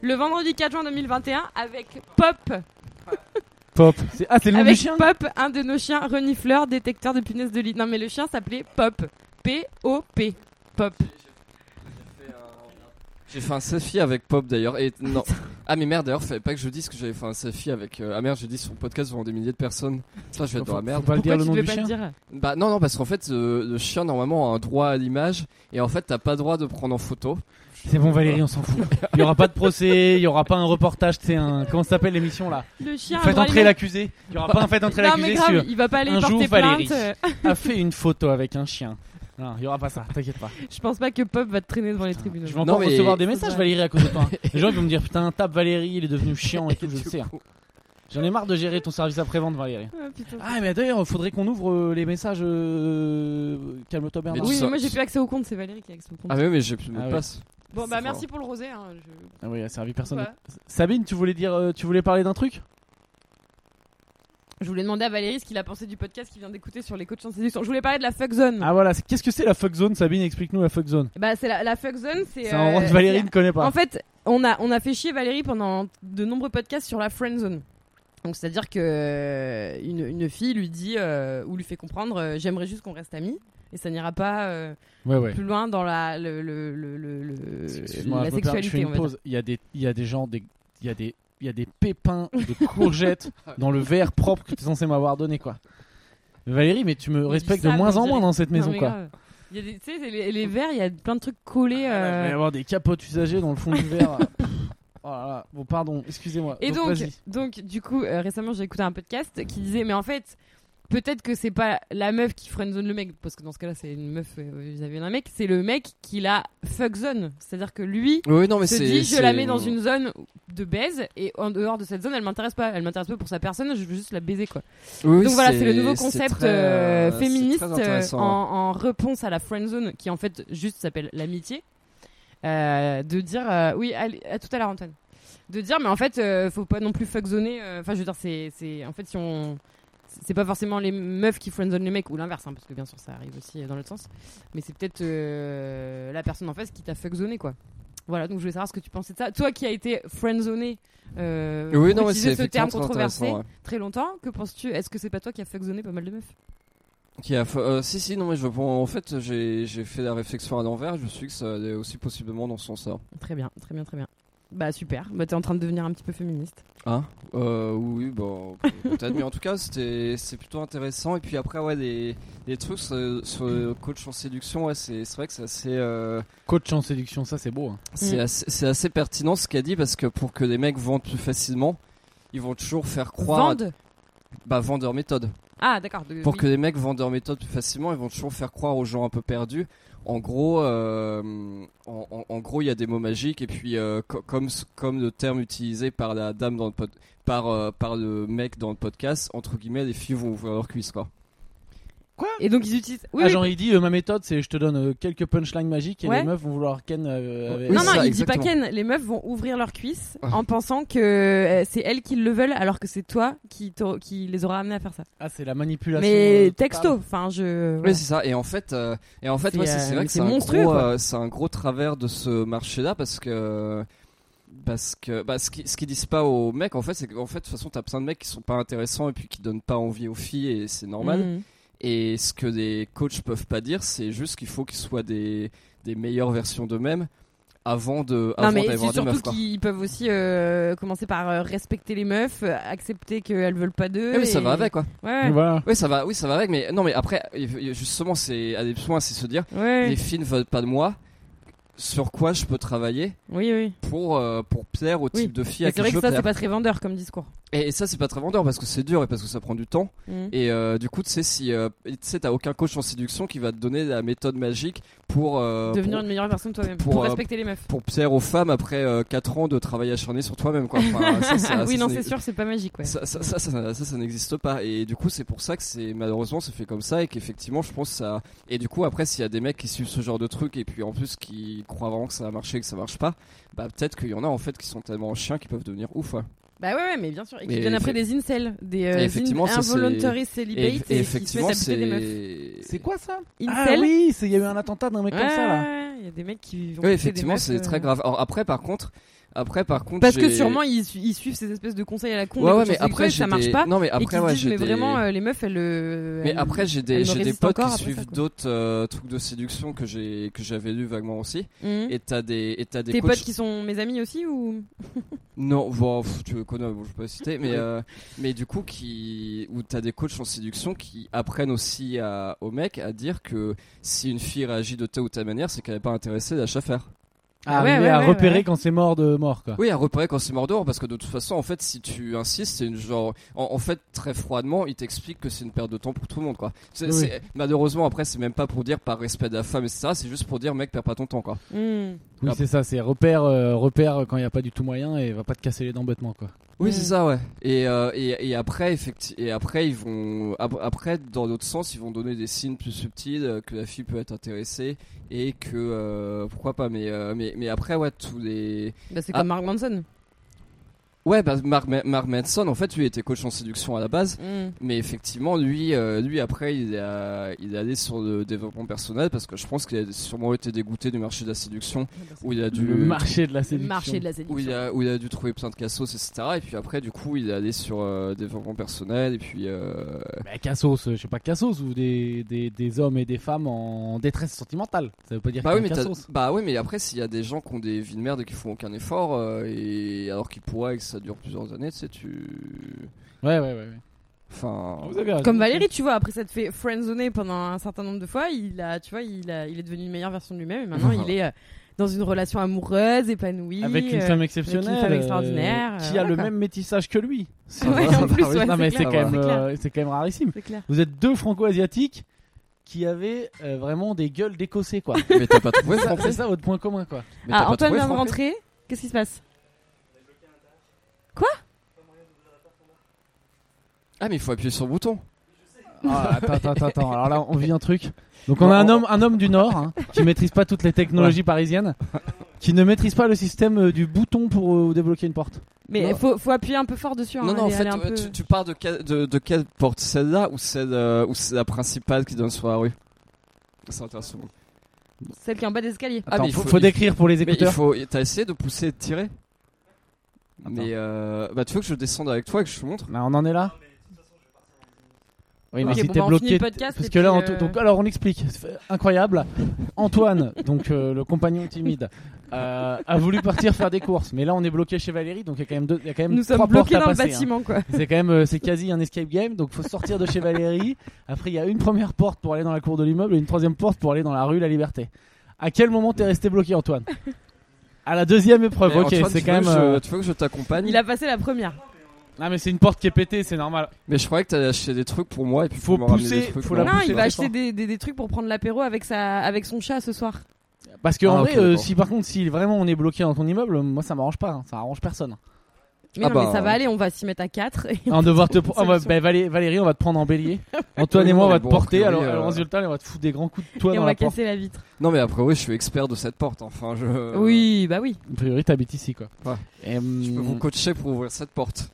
[SPEAKER 2] le vendredi 4 juin 2021 avec Pop,
[SPEAKER 1] Pop. C'est- Ah, c'est le nom du
[SPEAKER 2] avec
[SPEAKER 1] chien
[SPEAKER 2] Pop, un de nos chiens renifleurs, détecteur de punaises de lit. Non mais le chien s'appelait Pop, P-O-P, Pop.
[SPEAKER 3] J'ai fait un selfie avec Pop d'ailleurs. Et
[SPEAKER 2] (laughs)
[SPEAKER 3] non. Ah, mais merde, d'ailleurs, fallait pas que je dise que j'avais fait un selfie avec. euh, Ah merde, j'ai dit sur le podcast devant des milliers de personnes. Ça, je vais être dans
[SPEAKER 1] Faut
[SPEAKER 3] la
[SPEAKER 1] faut
[SPEAKER 3] merde.
[SPEAKER 1] pas le
[SPEAKER 2] Pourquoi
[SPEAKER 1] dire
[SPEAKER 2] tu
[SPEAKER 1] le nom
[SPEAKER 2] devais
[SPEAKER 1] du
[SPEAKER 2] pas le
[SPEAKER 1] chien.
[SPEAKER 2] dire
[SPEAKER 3] Bah, non, non, parce qu'en fait, euh, le chien normalement a un droit à l'image. Et en fait, t'as pas droit de prendre en photo.
[SPEAKER 1] C'est bon Valérie, on s'en fout. (laughs) Il y aura pas de procès, il y aura pas un reportage, c'est un comment ça s'appelle l'émission là
[SPEAKER 2] Le chien.
[SPEAKER 1] Faites
[SPEAKER 2] a
[SPEAKER 1] entrer
[SPEAKER 2] vraiment-
[SPEAKER 1] l'accusé. Il y aura pas un fait entrer
[SPEAKER 2] Non
[SPEAKER 1] l'accusé
[SPEAKER 2] mais grave,
[SPEAKER 1] sur
[SPEAKER 2] il va pas aller
[SPEAKER 1] un
[SPEAKER 2] porter
[SPEAKER 1] jour, Valérie.
[SPEAKER 2] plainte. euh, (laughs)
[SPEAKER 1] a fait une photo avec un chien. Non, il y aura pas ça, t'inquiète pas.
[SPEAKER 2] Je pense pas que Pop va te traîner devant les tribunaux.
[SPEAKER 1] Je vais encore
[SPEAKER 3] mais-
[SPEAKER 1] recevoir des messages
[SPEAKER 2] Ouais.
[SPEAKER 1] Valérie à cause de toi. Les gens ils vont me dire putain, tape Valérie, il est devenu chiant et tout, (laughs) je le
[SPEAKER 3] Du
[SPEAKER 1] sais. hein.
[SPEAKER 3] coup,
[SPEAKER 1] J'en ai marre de gérer ton service après-vente Valérie.
[SPEAKER 2] Ah, putain.
[SPEAKER 1] Ah mais d'ailleurs, faudrait qu'on ouvre euh, les messages euh, calme-toi
[SPEAKER 3] Mais
[SPEAKER 1] Bernard.
[SPEAKER 3] tu
[SPEAKER 2] Oui, mais
[SPEAKER 3] sors-
[SPEAKER 2] moi j'ai plus accès au compte, c'est Valérie qui a accès au compte.
[SPEAKER 3] Ah, mais oui, mais j'ai plus de mot
[SPEAKER 1] Ah
[SPEAKER 3] de
[SPEAKER 1] oui.
[SPEAKER 3] passe.
[SPEAKER 2] Bon bah
[SPEAKER 3] c'est
[SPEAKER 2] merci pour le rosé. hein, je-
[SPEAKER 1] Ah oui, ça a servi personne.
[SPEAKER 2] Pourquoi
[SPEAKER 1] Sabine, tu voulais dire euh, tu voulais parler d'un truc
[SPEAKER 2] Je voulais demander à Valérie ce qu'il a pensé du podcast qu'il vient d'écouter sur les coachs en séduction. Je voulais parler de la fuck zone.
[SPEAKER 1] Ah voilà, c'est- qu'est-ce que c'est la fuck zone Sabine, explique-nous la fuck zone.
[SPEAKER 2] Bah c'est la, la fuck zone, c'est.
[SPEAKER 1] C'est un endroit
[SPEAKER 2] euh,
[SPEAKER 1] que Valérie ne connaît
[SPEAKER 2] c'est-
[SPEAKER 1] pas.
[SPEAKER 2] En fait, on a on a fait chier Valérie pendant de nombreux podcasts sur la friend zone. Donc c'est à dire que euh, une, une fille lui dit euh, ou lui fait comprendre euh, j'aimerais juste qu'on reste amis et ça n'ira pas euh,
[SPEAKER 1] Ouais ouais. Euh,
[SPEAKER 2] plus loin dans la le, le, le, le- le-
[SPEAKER 1] Excuse-moi,
[SPEAKER 2] la
[SPEAKER 1] je me permets, je fais
[SPEAKER 2] sexualité.
[SPEAKER 1] une
[SPEAKER 2] on va dire.
[SPEAKER 1] pause. Il y a des, il y a des gens, des, il y a des, il y a des pépins de
[SPEAKER 2] (laughs)
[SPEAKER 1] courgettes dans le verre propre que tu es censé m'avoir donné, quoi. Valérie, mais tu me
[SPEAKER 2] dit
[SPEAKER 1] respectes
[SPEAKER 2] ça,
[SPEAKER 1] de moins
[SPEAKER 2] comme
[SPEAKER 1] en moins
[SPEAKER 2] si j'avais-
[SPEAKER 1] dans cette
[SPEAKER 2] Non,
[SPEAKER 1] maison,
[SPEAKER 2] mais
[SPEAKER 1] quoi.
[SPEAKER 2] grave. Il y a des- Tu sais, c'est les, les verres, il y a plein de trucs collés.
[SPEAKER 1] Ah, là,
[SPEAKER 2] euh,
[SPEAKER 1] je vais avoir des capotes usagées dans le fond du verre. Pff, oh là là. Bon, pardon, excusez-moi.
[SPEAKER 2] Et donc,
[SPEAKER 1] vas-y.
[SPEAKER 2] donc, du coup, euh, récemment, j'ai écouté un podcast qui disait, mais en fait, peut-être que c'est pas la meuf qui friendzone le mec, parce que dans ce cas-là, c'est une meuf euh, vis-à-vis d'un mec, c'est le mec qui la fuckzone. C'est-à-dire que lui
[SPEAKER 3] Oui, non, mais
[SPEAKER 2] se
[SPEAKER 3] c'est.
[SPEAKER 2] dit, je la
[SPEAKER 3] c'est-
[SPEAKER 2] mets dans une zone de baise, et en dehors de cette zone, elle m'intéresse pas. Elle m'intéresse pas pour sa personne, je veux juste la baiser, quoi.
[SPEAKER 3] Oui, oui,
[SPEAKER 2] Donc voilà, c'est le nouveau
[SPEAKER 3] c'est
[SPEAKER 2] concept
[SPEAKER 3] très,
[SPEAKER 2] euh,
[SPEAKER 3] euh, c'est
[SPEAKER 2] féministe
[SPEAKER 3] très
[SPEAKER 2] euh, en,
[SPEAKER 3] intéressant, ouais.
[SPEAKER 2] en réponse à la friendzone, qui en fait juste s'appelle l'amitié. Euh, de dire, euh, oui, allez, à tout à l'heure, Antoine. De dire, mais en fait, euh, faut pas non plus fuckzoner. euh, Enfin, je veux dire, c'est, c'est, en fait, si on, c'est pas forcément les meufs qui friendzone les mecs ou l'inverse, hein, parce que bien sûr ça arrive aussi euh, dans l'autre sens. Mais c'est peut-être euh, la personne en face qui t'a fuckzoné quoi. Voilà, donc je voulais savoir ce que tu pensais de ça. Toi qui as été friendzoné, euh,
[SPEAKER 3] Oui,
[SPEAKER 2] pour
[SPEAKER 3] non, mais
[SPEAKER 2] utiliser
[SPEAKER 3] c'est
[SPEAKER 2] ce terme
[SPEAKER 3] effectivement très
[SPEAKER 2] controversé
[SPEAKER 3] intéressant,
[SPEAKER 2] très longtemps, que penses-tu Est-ce que c'est pas toi qui as fuckzoné pas mal de meufs
[SPEAKER 3] Qui a fa- euh, si, si, non, mais je, bon, en fait, j'ai j'ai fait la réflexion à l'envers. Je me suis dit que ça allait aussi possiblement dans ce sens-là.
[SPEAKER 2] Très bien, très bien, très bien. Bah super, bah t'es en train de devenir un petit peu féministe.
[SPEAKER 3] Hein euh, Oui, bon, peut-être, (laughs) mais en tout cas, c'était c'est plutôt intéressant. Et puis après, ouais, les, les trucs sur, sur le coach en séduction, ouais, c'est c'est vrai que c'est assez. euh,
[SPEAKER 1] Coach en séduction, ça c'est beau. hein.
[SPEAKER 3] C'est
[SPEAKER 2] Mm.
[SPEAKER 3] assez, c'est assez pertinent ce qu'a dit parce que pour que les mecs vendent plus facilement, ils vont toujours faire croire.
[SPEAKER 2] Vende
[SPEAKER 3] Bah, vendeur méthode.
[SPEAKER 2] Ah d'accord. de-
[SPEAKER 3] Pour
[SPEAKER 2] oui.
[SPEAKER 3] que les mecs vendent leur méthode plus facilement, ils vont toujours faire croire aux gens un peu perdus. En gros, euh, en, en- en gros, il y a des mots magiques et puis euh, co- comme s- comme le terme utilisé par la dame dans le pod- par euh, par le mec dans le podcast, entre guillemets, les filles vont ouvrir leurs cuisses quoi.
[SPEAKER 2] Et donc ils utilisent. Oui,
[SPEAKER 1] ah,
[SPEAKER 2] oui.
[SPEAKER 1] genre, il dit euh, ma méthode, c'est je te donne euh, quelques punchlines magiques et
[SPEAKER 2] Ouais. Oh,
[SPEAKER 1] les meufs vont vouloir ken. euh,
[SPEAKER 3] Ouais.
[SPEAKER 1] avec-
[SPEAKER 3] Oui,
[SPEAKER 2] non, non,
[SPEAKER 3] ça,
[SPEAKER 2] il dit pas
[SPEAKER 3] exactement.
[SPEAKER 2] Ken. Les meufs vont ouvrir leurs cuisses
[SPEAKER 3] Ouais.
[SPEAKER 2] en pensant que euh, c'est elles qui le veulent alors que c'est toi qui, t'aur- qui les aura amenés à faire ça.
[SPEAKER 1] Ah, c'est la manipulation. euh,
[SPEAKER 2] Mais
[SPEAKER 1] totale.
[SPEAKER 2] texto, enfin je.
[SPEAKER 3] Oui,
[SPEAKER 2] voilà.
[SPEAKER 3] c'est ça. Et en fait, euh, et en fait,
[SPEAKER 2] C'est,
[SPEAKER 3] ouais, c'est
[SPEAKER 2] euh,
[SPEAKER 3] c'est vrai que
[SPEAKER 2] c'est
[SPEAKER 3] c'est un
[SPEAKER 2] monstrueux,
[SPEAKER 3] gros,
[SPEAKER 2] quoi.
[SPEAKER 3] euh, c'est un gros travers de ce marché-là parce que. Parce que bah, ce qu'ils ce qu'ils disent pas aux mecs, en fait, c'est qu'en fait, de toute façon, t'as plein de mecs qui sont pas intéressants et puis qui donnent pas envie aux filles et c'est normal.
[SPEAKER 2] Mhm.
[SPEAKER 3] Et ce que les coachs peuvent pas dire, c'est juste qu'il faut qu'ils soient des, des meilleures versions d'eux-mêmes avant de
[SPEAKER 2] Non
[SPEAKER 3] avant
[SPEAKER 2] mais
[SPEAKER 3] d'avoir
[SPEAKER 2] c'est
[SPEAKER 3] des
[SPEAKER 2] surtout
[SPEAKER 3] meufs. quoi.
[SPEAKER 2] qu'ils peuvent aussi euh, commencer par euh, respecter les meufs, euh, accepter qu'elles veulent pas d'eux.
[SPEAKER 3] Eh oui, ça
[SPEAKER 2] et-
[SPEAKER 3] va avec, quoi.
[SPEAKER 2] Ouais, ouais.
[SPEAKER 1] Voilà.
[SPEAKER 3] Oui, ça va, oui, ça va avec. Mais non, mais après, justement, c'est aller plus loin, c'est se dire,
[SPEAKER 2] Ouais.
[SPEAKER 3] les filles ne veulent pas de moi. Sur quoi je peux travailler
[SPEAKER 2] Oui, oui.
[SPEAKER 3] pour, euh, pour plaire au
[SPEAKER 2] Oui.
[SPEAKER 3] type de fille
[SPEAKER 2] Mais
[SPEAKER 3] à
[SPEAKER 2] C'est
[SPEAKER 3] qui
[SPEAKER 2] vrai
[SPEAKER 3] je
[SPEAKER 2] que
[SPEAKER 3] veux
[SPEAKER 2] ça c'est
[SPEAKER 3] plaire.
[SPEAKER 2] pas très vendeur comme discours.
[SPEAKER 3] Et, et ça, c'est pas très vendeur parce que c'est dur et parce que ça prend du temps.
[SPEAKER 2] Mhm.
[SPEAKER 3] Et euh, du coup, tu sais, si, euh, tu sais, t'as aucun coach en séduction qui va te donner la méthode magique pour, euh,
[SPEAKER 2] Devenir
[SPEAKER 3] pour,
[SPEAKER 2] une meilleure personne toi-même. Pour,
[SPEAKER 3] pour, euh,
[SPEAKER 2] respecter les meufs.
[SPEAKER 3] pour plaire aux femmes après 4 ans de travail acharné sur toi-même. Quoi. Enfin, Ah, ça,
[SPEAKER 2] (laughs)
[SPEAKER 3] ça-
[SPEAKER 2] oui,
[SPEAKER 3] ça,
[SPEAKER 2] non,
[SPEAKER 3] ça
[SPEAKER 2] c'est
[SPEAKER 3] n'ex-
[SPEAKER 2] sûr, c'est pas magique. Ouais.
[SPEAKER 3] Ça, ça, ça, ça- ça, ça n'existe pas. Et du coup, c'est pour ça que c'est malheureusement, c'est fait comme ça et qu'effectivement, je pense ça. Et du coup, après, s'il y a des mecs qui suivent ce genre de truc et puis en plus qui croient vraiment que ça va marcher et que ça marche pas, bah peut-être qu'il y en a en fait qui sont tellement chiens qu'ils peuvent devenir ouf. ouais.
[SPEAKER 2] Bah ouais, ouais, mais bien sûr. Et qui
[SPEAKER 3] Mais
[SPEAKER 2] donnent après
[SPEAKER 3] effe-
[SPEAKER 2] des incels, des
[SPEAKER 3] Et
[SPEAKER 2] euh,
[SPEAKER 3] effectivement, ça, c'est-
[SPEAKER 2] involuntary
[SPEAKER 3] Et,
[SPEAKER 2] celibates
[SPEAKER 3] et
[SPEAKER 2] et, qui se
[SPEAKER 3] effectivement,
[SPEAKER 2] mettent à buter des meufs.
[SPEAKER 3] c'est.
[SPEAKER 1] C'est quoi ça Ah
[SPEAKER 2] Incel.
[SPEAKER 1] oui, c'est- il y a eu un attentat d'un mec comme ça là.
[SPEAKER 2] Il y a des mecs qui vont
[SPEAKER 3] Oui,
[SPEAKER 2] buter
[SPEAKER 3] effectivement,
[SPEAKER 2] des meufs,
[SPEAKER 3] c'est
[SPEAKER 2] euh,
[SPEAKER 3] très grave. Alors après, par contre, après, par contre,
[SPEAKER 2] Parce que
[SPEAKER 3] j'ai-
[SPEAKER 2] sûrement ils, su- ils suivent ces espèces de conseils à la con.
[SPEAKER 3] Ouais,
[SPEAKER 2] des
[SPEAKER 3] ouais,
[SPEAKER 2] coachs
[SPEAKER 3] mais après,
[SPEAKER 2] sexuels,
[SPEAKER 3] j'ai
[SPEAKER 2] ça marche
[SPEAKER 3] des-
[SPEAKER 2] pas.
[SPEAKER 3] Non, mais
[SPEAKER 2] et qui
[SPEAKER 3] après,
[SPEAKER 2] se
[SPEAKER 3] ouais,
[SPEAKER 2] disent,
[SPEAKER 3] j'ai
[SPEAKER 2] mais
[SPEAKER 3] des-
[SPEAKER 2] vraiment, euh, les meufs, elles. euh,
[SPEAKER 3] Mais
[SPEAKER 2] elles-
[SPEAKER 3] après, j'ai
[SPEAKER 2] elle me
[SPEAKER 3] des, j'ai des
[SPEAKER 2] résiste
[SPEAKER 3] potes
[SPEAKER 2] encore
[SPEAKER 3] qui
[SPEAKER 2] après ça,
[SPEAKER 3] suivent
[SPEAKER 2] quoi.
[SPEAKER 3] d'autres euh, trucs de séduction que j'ai que j'avais lu vaguement aussi.
[SPEAKER 2] Mhm.
[SPEAKER 3] Et t'as des et t'as des
[SPEAKER 2] Tes
[SPEAKER 3] coachs.
[SPEAKER 2] potes qui sont mes amis aussi ou
[SPEAKER 3] Non, bon, pff, tu connais, bon, je peux pas citer, mais
[SPEAKER 1] Ouais.
[SPEAKER 3] euh, mais du coup qui où t'as des coachs en séduction qui apprennent aussi à, aux mecs à dire que si une fille réagit de telle ou telle manière, c'est qu'elle n'est pas intéressée d'achat faire.
[SPEAKER 1] Ah,
[SPEAKER 2] Ouais,
[SPEAKER 1] mais
[SPEAKER 2] ouais,
[SPEAKER 1] à
[SPEAKER 2] ouais,
[SPEAKER 1] repérer
[SPEAKER 2] ouais.
[SPEAKER 1] quand c'est mort de mort quoi.
[SPEAKER 3] Oui, à repérer quand c'est mort dehors, parce que de toute façon, en fait, si tu insistes, c'est une genre. En, en fait, très froidement, il t'explique que c'est une perte de temps pour tout le monde, quoi. C'est-
[SPEAKER 1] Oui.
[SPEAKER 3] c'est- Malheureusement, après, c'est même pas pour dire par respect de la femme, etc. C'est juste pour dire, mec, perds pas ton temps, quoi.
[SPEAKER 2] Mhm.
[SPEAKER 1] Oui,
[SPEAKER 3] Ah.
[SPEAKER 1] c'est ça, c'est repère, euh, repère quand il n'y a pas du tout moyen et va pas te casser les dents bêtement quoi.
[SPEAKER 3] Oui,
[SPEAKER 2] Mm.
[SPEAKER 3] c'est ça, ouais. Et, euh, et, et après, effectivement, et après, ils vont, ap- après, dans l'autre sens, ils vont donner des signes plus subtils euh, que la fille peut être intéressée et que, euh, pourquoi pas, mais, euh, mais, mais après, ouais, tous les,
[SPEAKER 2] Bah, c'est
[SPEAKER 3] Ah.
[SPEAKER 2] comme Mark Manson.
[SPEAKER 3] ouais, bah, Mark, Ma- Mark Manson, en fait, lui était coach en séduction à la base,
[SPEAKER 2] Mhm.
[SPEAKER 3] mais effectivement, lui, euh, lui, après, il a, il est allé sur le développement personnel parce que je pense qu'il a sûrement été dégoûté du marché de la séduction où il a dû,
[SPEAKER 1] Le marché de la
[SPEAKER 2] Le
[SPEAKER 1] séduction.
[SPEAKER 2] marché de la
[SPEAKER 3] où il
[SPEAKER 2] séduction.
[SPEAKER 3] a où il a dû trouver plein de cassos etc et puis après du coup il est allé sur euh, développement personnel et puis euh,
[SPEAKER 1] Bah, cassos, euh, je sais pas, cassos ou des, des, des hommes et des femmes en détresse sentimentale. Ça veut pas dire
[SPEAKER 3] bah
[SPEAKER 1] que
[SPEAKER 3] oui mais t'as-
[SPEAKER 1] cassos.
[SPEAKER 3] bah oui mais après s'il y a des gens qui ont des vies de merde et qui font aucun effort euh, et alors qu'ils pourraient et que ça dure plusieurs années tu sais tu
[SPEAKER 1] Ouais, ouais, ouais. ouais.
[SPEAKER 3] enfin
[SPEAKER 1] Oh, Vous avez raison.
[SPEAKER 2] Comme Valérie, tu vois, après ça te fait friendzoner pendant un certain nombre de fois, il a, tu vois, il a, il est devenu une meilleure version de lui-même et
[SPEAKER 3] (laughs)
[SPEAKER 2] maintenant il est euh, dans une relation amoureuse, épanouie.
[SPEAKER 1] Avec une
[SPEAKER 2] euh,
[SPEAKER 1] femme exceptionnelle.
[SPEAKER 2] femme extraordinaire,
[SPEAKER 1] qui
[SPEAKER 2] euh,
[SPEAKER 1] a
[SPEAKER 2] voilà,
[SPEAKER 1] le
[SPEAKER 2] quoi.
[SPEAKER 1] même métissage que lui. bah
[SPEAKER 3] ça
[SPEAKER 2] Ouais,
[SPEAKER 3] va.
[SPEAKER 2] en plus, ouais,
[SPEAKER 1] non,
[SPEAKER 2] c'est
[SPEAKER 1] mais
[SPEAKER 2] clair,
[SPEAKER 1] c'est quand, même,
[SPEAKER 2] c'est clair.
[SPEAKER 1] euh, c'est quand même rarissime.
[SPEAKER 2] C'est clair.
[SPEAKER 1] Vous êtes deux franco-asiatiques qui avaient euh, vraiment des gueules d'écossais, quoi.
[SPEAKER 3] mais t'as pas trouvé
[SPEAKER 1] (laughs) Ça,
[SPEAKER 3] Franck
[SPEAKER 1] c'est ça votre point commun, quoi.
[SPEAKER 3] Mais t'as
[SPEAKER 2] Ah,
[SPEAKER 3] pas
[SPEAKER 2] Antoine
[SPEAKER 3] trouvé,
[SPEAKER 2] vient de
[SPEAKER 3] Franck
[SPEAKER 2] rentrer. Qu'est-ce qui se passe
[SPEAKER 3] ah mais il faut appuyer sur le bouton
[SPEAKER 1] Ah, attends, attends, attends, attends. Alors là, on vit un truc. Donc on a un
[SPEAKER 3] Non.
[SPEAKER 1] homme, un homme du Nord hein, qui maîtrise pas toutes les technologies parisiennes, qui ne maîtrise pas le système euh, du bouton pour euh, débloquer une porte.
[SPEAKER 2] Mais
[SPEAKER 3] Non.
[SPEAKER 2] faut, faut appuyer un peu fort dessus. hein,
[SPEAKER 3] Non, non, en
[SPEAKER 2] elle est-
[SPEAKER 3] fait,
[SPEAKER 2] elle est un
[SPEAKER 3] ouais,
[SPEAKER 2] peu-
[SPEAKER 3] tu, tu pars de, quelle- de, de quelle porte Celle-là ou celle, euh, ou c'est la principale qui donne sur la rue C'est intéressant.
[SPEAKER 2] Celle qui est en bas d'escalier.
[SPEAKER 3] Ah, mais
[SPEAKER 1] Attends,
[SPEAKER 3] il
[SPEAKER 1] faut,
[SPEAKER 3] faut-
[SPEAKER 1] faut
[SPEAKER 3] il-
[SPEAKER 1] décrire pour les
[SPEAKER 3] Mais il
[SPEAKER 1] écouteurs.
[SPEAKER 3] faut. T'as essayé de pousser et de tirer Mais euh, bah, tu veux que je descende avec toi et que je te montre
[SPEAKER 1] Là, Ah, on en est là Oui, mais
[SPEAKER 2] Ok,
[SPEAKER 1] si
[SPEAKER 2] bon,
[SPEAKER 1] t'es
[SPEAKER 2] bah, on finit
[SPEAKER 1] bloqué.
[SPEAKER 2] le podcast
[SPEAKER 1] Parce
[SPEAKER 2] et
[SPEAKER 1] que là,
[SPEAKER 2] puis,
[SPEAKER 1] on t-
[SPEAKER 2] euh,
[SPEAKER 1] donc, alors on explique. C'est Incroyable. Antoine, (laughs) donc euh, le compagnon timide, euh, a voulu partir faire des courses. Mais là, on est bloqué chez Valérie, donc il y a quand même deux, il y a quand même
[SPEAKER 2] Nous
[SPEAKER 1] trois portes
[SPEAKER 2] sommes bloqués
[SPEAKER 1] à
[SPEAKER 2] dans le
[SPEAKER 1] passer, hein.
[SPEAKER 2] bâtiment, quoi.
[SPEAKER 1] C'est quand même, euh, c'est quasi un escape game. Donc, faut sortir de chez Valérie. Après, il y a une première porte pour aller dans la cour de l'immeuble et une troisième porte pour aller dans la rue La Liberté. À quel moment t'es resté bloqué, Antoine À la deuxième épreuve.
[SPEAKER 3] Mais
[SPEAKER 1] ok,
[SPEAKER 3] Antoine,
[SPEAKER 1] c'est
[SPEAKER 3] tu
[SPEAKER 1] quand même.
[SPEAKER 3] veux que je-
[SPEAKER 1] euh,
[SPEAKER 3] Tu veux que je t'accompagne
[SPEAKER 2] Il a passé la première.
[SPEAKER 1] Non, mais c'est une porte qui est pétée, c'est normal.
[SPEAKER 3] Mais je croyais que t'allais acheter des trucs pour moi et puis
[SPEAKER 1] Faut
[SPEAKER 3] pour me ramener
[SPEAKER 1] pousser,
[SPEAKER 3] des trucs.
[SPEAKER 1] faut
[SPEAKER 3] non,
[SPEAKER 1] la
[SPEAKER 2] non,
[SPEAKER 1] pousser
[SPEAKER 2] il
[SPEAKER 1] dans
[SPEAKER 2] va
[SPEAKER 1] les
[SPEAKER 2] acheter des, des- des trucs pour prendre l'apéro avec, sa, avec son chat ce soir.
[SPEAKER 1] Parce que
[SPEAKER 3] Ah,
[SPEAKER 1] en
[SPEAKER 3] ok,
[SPEAKER 1] vrai, euh,
[SPEAKER 3] d'accord.
[SPEAKER 1] si par contre, si vraiment on est bloqué dans ton immeuble, moi ça m'arrange pas, hein, ça arrange personne.
[SPEAKER 2] Mais
[SPEAKER 3] Ah
[SPEAKER 2] non,
[SPEAKER 3] bah,
[SPEAKER 2] mais ça va
[SPEAKER 3] euh.
[SPEAKER 2] aller, on va s'y mettre à 4. (laughs)
[SPEAKER 1] On devoir te,
[SPEAKER 2] trouve
[SPEAKER 1] on
[SPEAKER 2] une
[SPEAKER 1] va-
[SPEAKER 2] solution.
[SPEAKER 1] bah, Valé- Valérie, on va te prendre en bélier. Antoine
[SPEAKER 3] Oui,
[SPEAKER 1] et moi, on
[SPEAKER 3] mais
[SPEAKER 1] va te
[SPEAKER 3] bon,
[SPEAKER 1] porter.
[SPEAKER 3] a priori,
[SPEAKER 1] alors,
[SPEAKER 3] euh,
[SPEAKER 1] alors, résultat, on va te foutre des grands coups de toit
[SPEAKER 2] Et
[SPEAKER 1] dans
[SPEAKER 2] on
[SPEAKER 1] la
[SPEAKER 2] va
[SPEAKER 1] porte.
[SPEAKER 2] casser la vitre.
[SPEAKER 3] Non, mais après, oui, je suis expert de cette porte. Enfin, je.
[SPEAKER 2] Oui, bah oui.
[SPEAKER 1] A priori, t'habites ici, quoi.
[SPEAKER 3] Ouais.
[SPEAKER 1] Et,
[SPEAKER 3] Je peux
[SPEAKER 1] hum,
[SPEAKER 3] vous coacher pour ouvrir cette porte.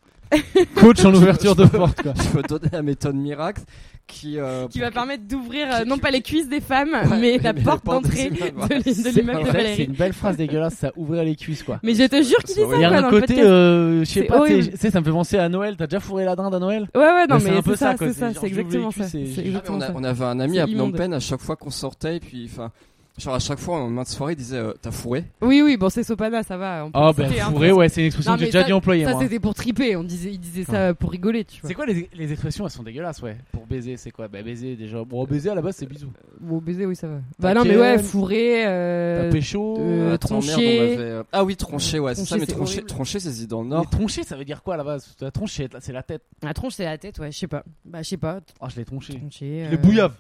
[SPEAKER 1] coach en ouverture de porte, quoi.
[SPEAKER 3] Je peux donner la méthode miracle qui. euh,
[SPEAKER 2] Qui va
[SPEAKER 3] pour-
[SPEAKER 2] permettre d'ouvrir euh,
[SPEAKER 3] Qui-
[SPEAKER 2] non
[SPEAKER 3] qui-
[SPEAKER 2] pas les cuisses des femmes,
[SPEAKER 3] Ouais,
[SPEAKER 2] mais la
[SPEAKER 3] mais
[SPEAKER 2] porte
[SPEAKER 3] la porte
[SPEAKER 2] d'entrée
[SPEAKER 3] des immeubles,
[SPEAKER 2] de l'im- de
[SPEAKER 3] ouais.
[SPEAKER 2] l'immeuble
[SPEAKER 3] C'est-
[SPEAKER 2] de
[SPEAKER 1] C'est
[SPEAKER 2] Valérie.
[SPEAKER 1] une belle phrase dégueulasse, ça ouvrait les cuisses, quoi.
[SPEAKER 2] Mais je te jure qu'il dit ça,
[SPEAKER 3] C'est
[SPEAKER 1] Il y a
[SPEAKER 2] quoi,
[SPEAKER 1] un
[SPEAKER 2] dans le
[SPEAKER 1] côté,
[SPEAKER 2] podcast.
[SPEAKER 1] euh, je sais
[SPEAKER 2] C'est
[SPEAKER 1] pas, t'es-
[SPEAKER 2] horrible.
[SPEAKER 1] tu sais, ça me fait penser à Noël. T'as déjà fourré la dinde à Noël
[SPEAKER 2] Ouais, ouais, non,
[SPEAKER 1] Mais c'est
[SPEAKER 2] mais,
[SPEAKER 1] un peu
[SPEAKER 2] c'est
[SPEAKER 1] ça,
[SPEAKER 2] ça,
[SPEAKER 1] quoi,
[SPEAKER 2] c'est
[SPEAKER 1] c'est
[SPEAKER 2] ça,
[SPEAKER 1] genre,
[SPEAKER 2] c'est
[SPEAKER 1] j'ouvre les
[SPEAKER 2] exactement
[SPEAKER 1] cuisses
[SPEAKER 2] ça.
[SPEAKER 1] et
[SPEAKER 2] C'est
[SPEAKER 1] je- Ah, mais
[SPEAKER 3] Ah, mais
[SPEAKER 2] exactement
[SPEAKER 3] on,
[SPEAKER 2] ça.
[SPEAKER 3] a- on avait un ami
[SPEAKER 2] C'est
[SPEAKER 3] à Phnom
[SPEAKER 2] immonde.
[SPEAKER 3] Penh à chaque fois qu'on sortait, et puis, enfin, genre à chaque fois en main de soirée, il disait euh, T'as fourré
[SPEAKER 2] Oui, oui, bon, c'est Sopana, ça va. on peut
[SPEAKER 1] Ah,
[SPEAKER 2] le citer,
[SPEAKER 1] bah,
[SPEAKER 2] hein.
[SPEAKER 1] fourré, ouais, c'est une expression
[SPEAKER 2] Non,
[SPEAKER 1] que j'ai
[SPEAKER 2] mais
[SPEAKER 1] déjà dû employer,
[SPEAKER 2] Ça,
[SPEAKER 1] moi.
[SPEAKER 2] c'était pour triper. On disait, il disait ça pour rigoler, tu vois.
[SPEAKER 1] C'est quoi les, les expressions Elles sont dégueulasses, ouais. Pour baiser, c'est quoi Bah, baiser, déjà. Bon, baiser à la base, c'est bisous.
[SPEAKER 2] Bon, baiser, oui, ça va.
[SPEAKER 1] Ta
[SPEAKER 2] Bah, non, mais ouais,
[SPEAKER 1] gueule.
[SPEAKER 2] fourré.
[SPEAKER 1] T'as
[SPEAKER 2] euh,
[SPEAKER 1] pécho.
[SPEAKER 2] euh,
[SPEAKER 3] Attends, merde,
[SPEAKER 2] Tronché.
[SPEAKER 3] Ah, on avait, euh, Ah oui, tronché, ouais, c'est
[SPEAKER 2] Tronché,
[SPEAKER 3] ça, mais
[SPEAKER 2] c'est
[SPEAKER 3] tronché,
[SPEAKER 2] horrible.
[SPEAKER 3] tronché c'est dans le
[SPEAKER 1] Mais
[SPEAKER 3] nord.
[SPEAKER 1] tronché, ça veut dire quoi à la base La tronchée, c'est la tête.
[SPEAKER 2] La tronche, c'est la tête, ouais, je sais pas. Bah, je sais pas.
[SPEAKER 1] Oh, je l'ai tronché.
[SPEAKER 2] Tronché.
[SPEAKER 1] Je
[SPEAKER 2] euh,
[SPEAKER 1] l'ai bouillave.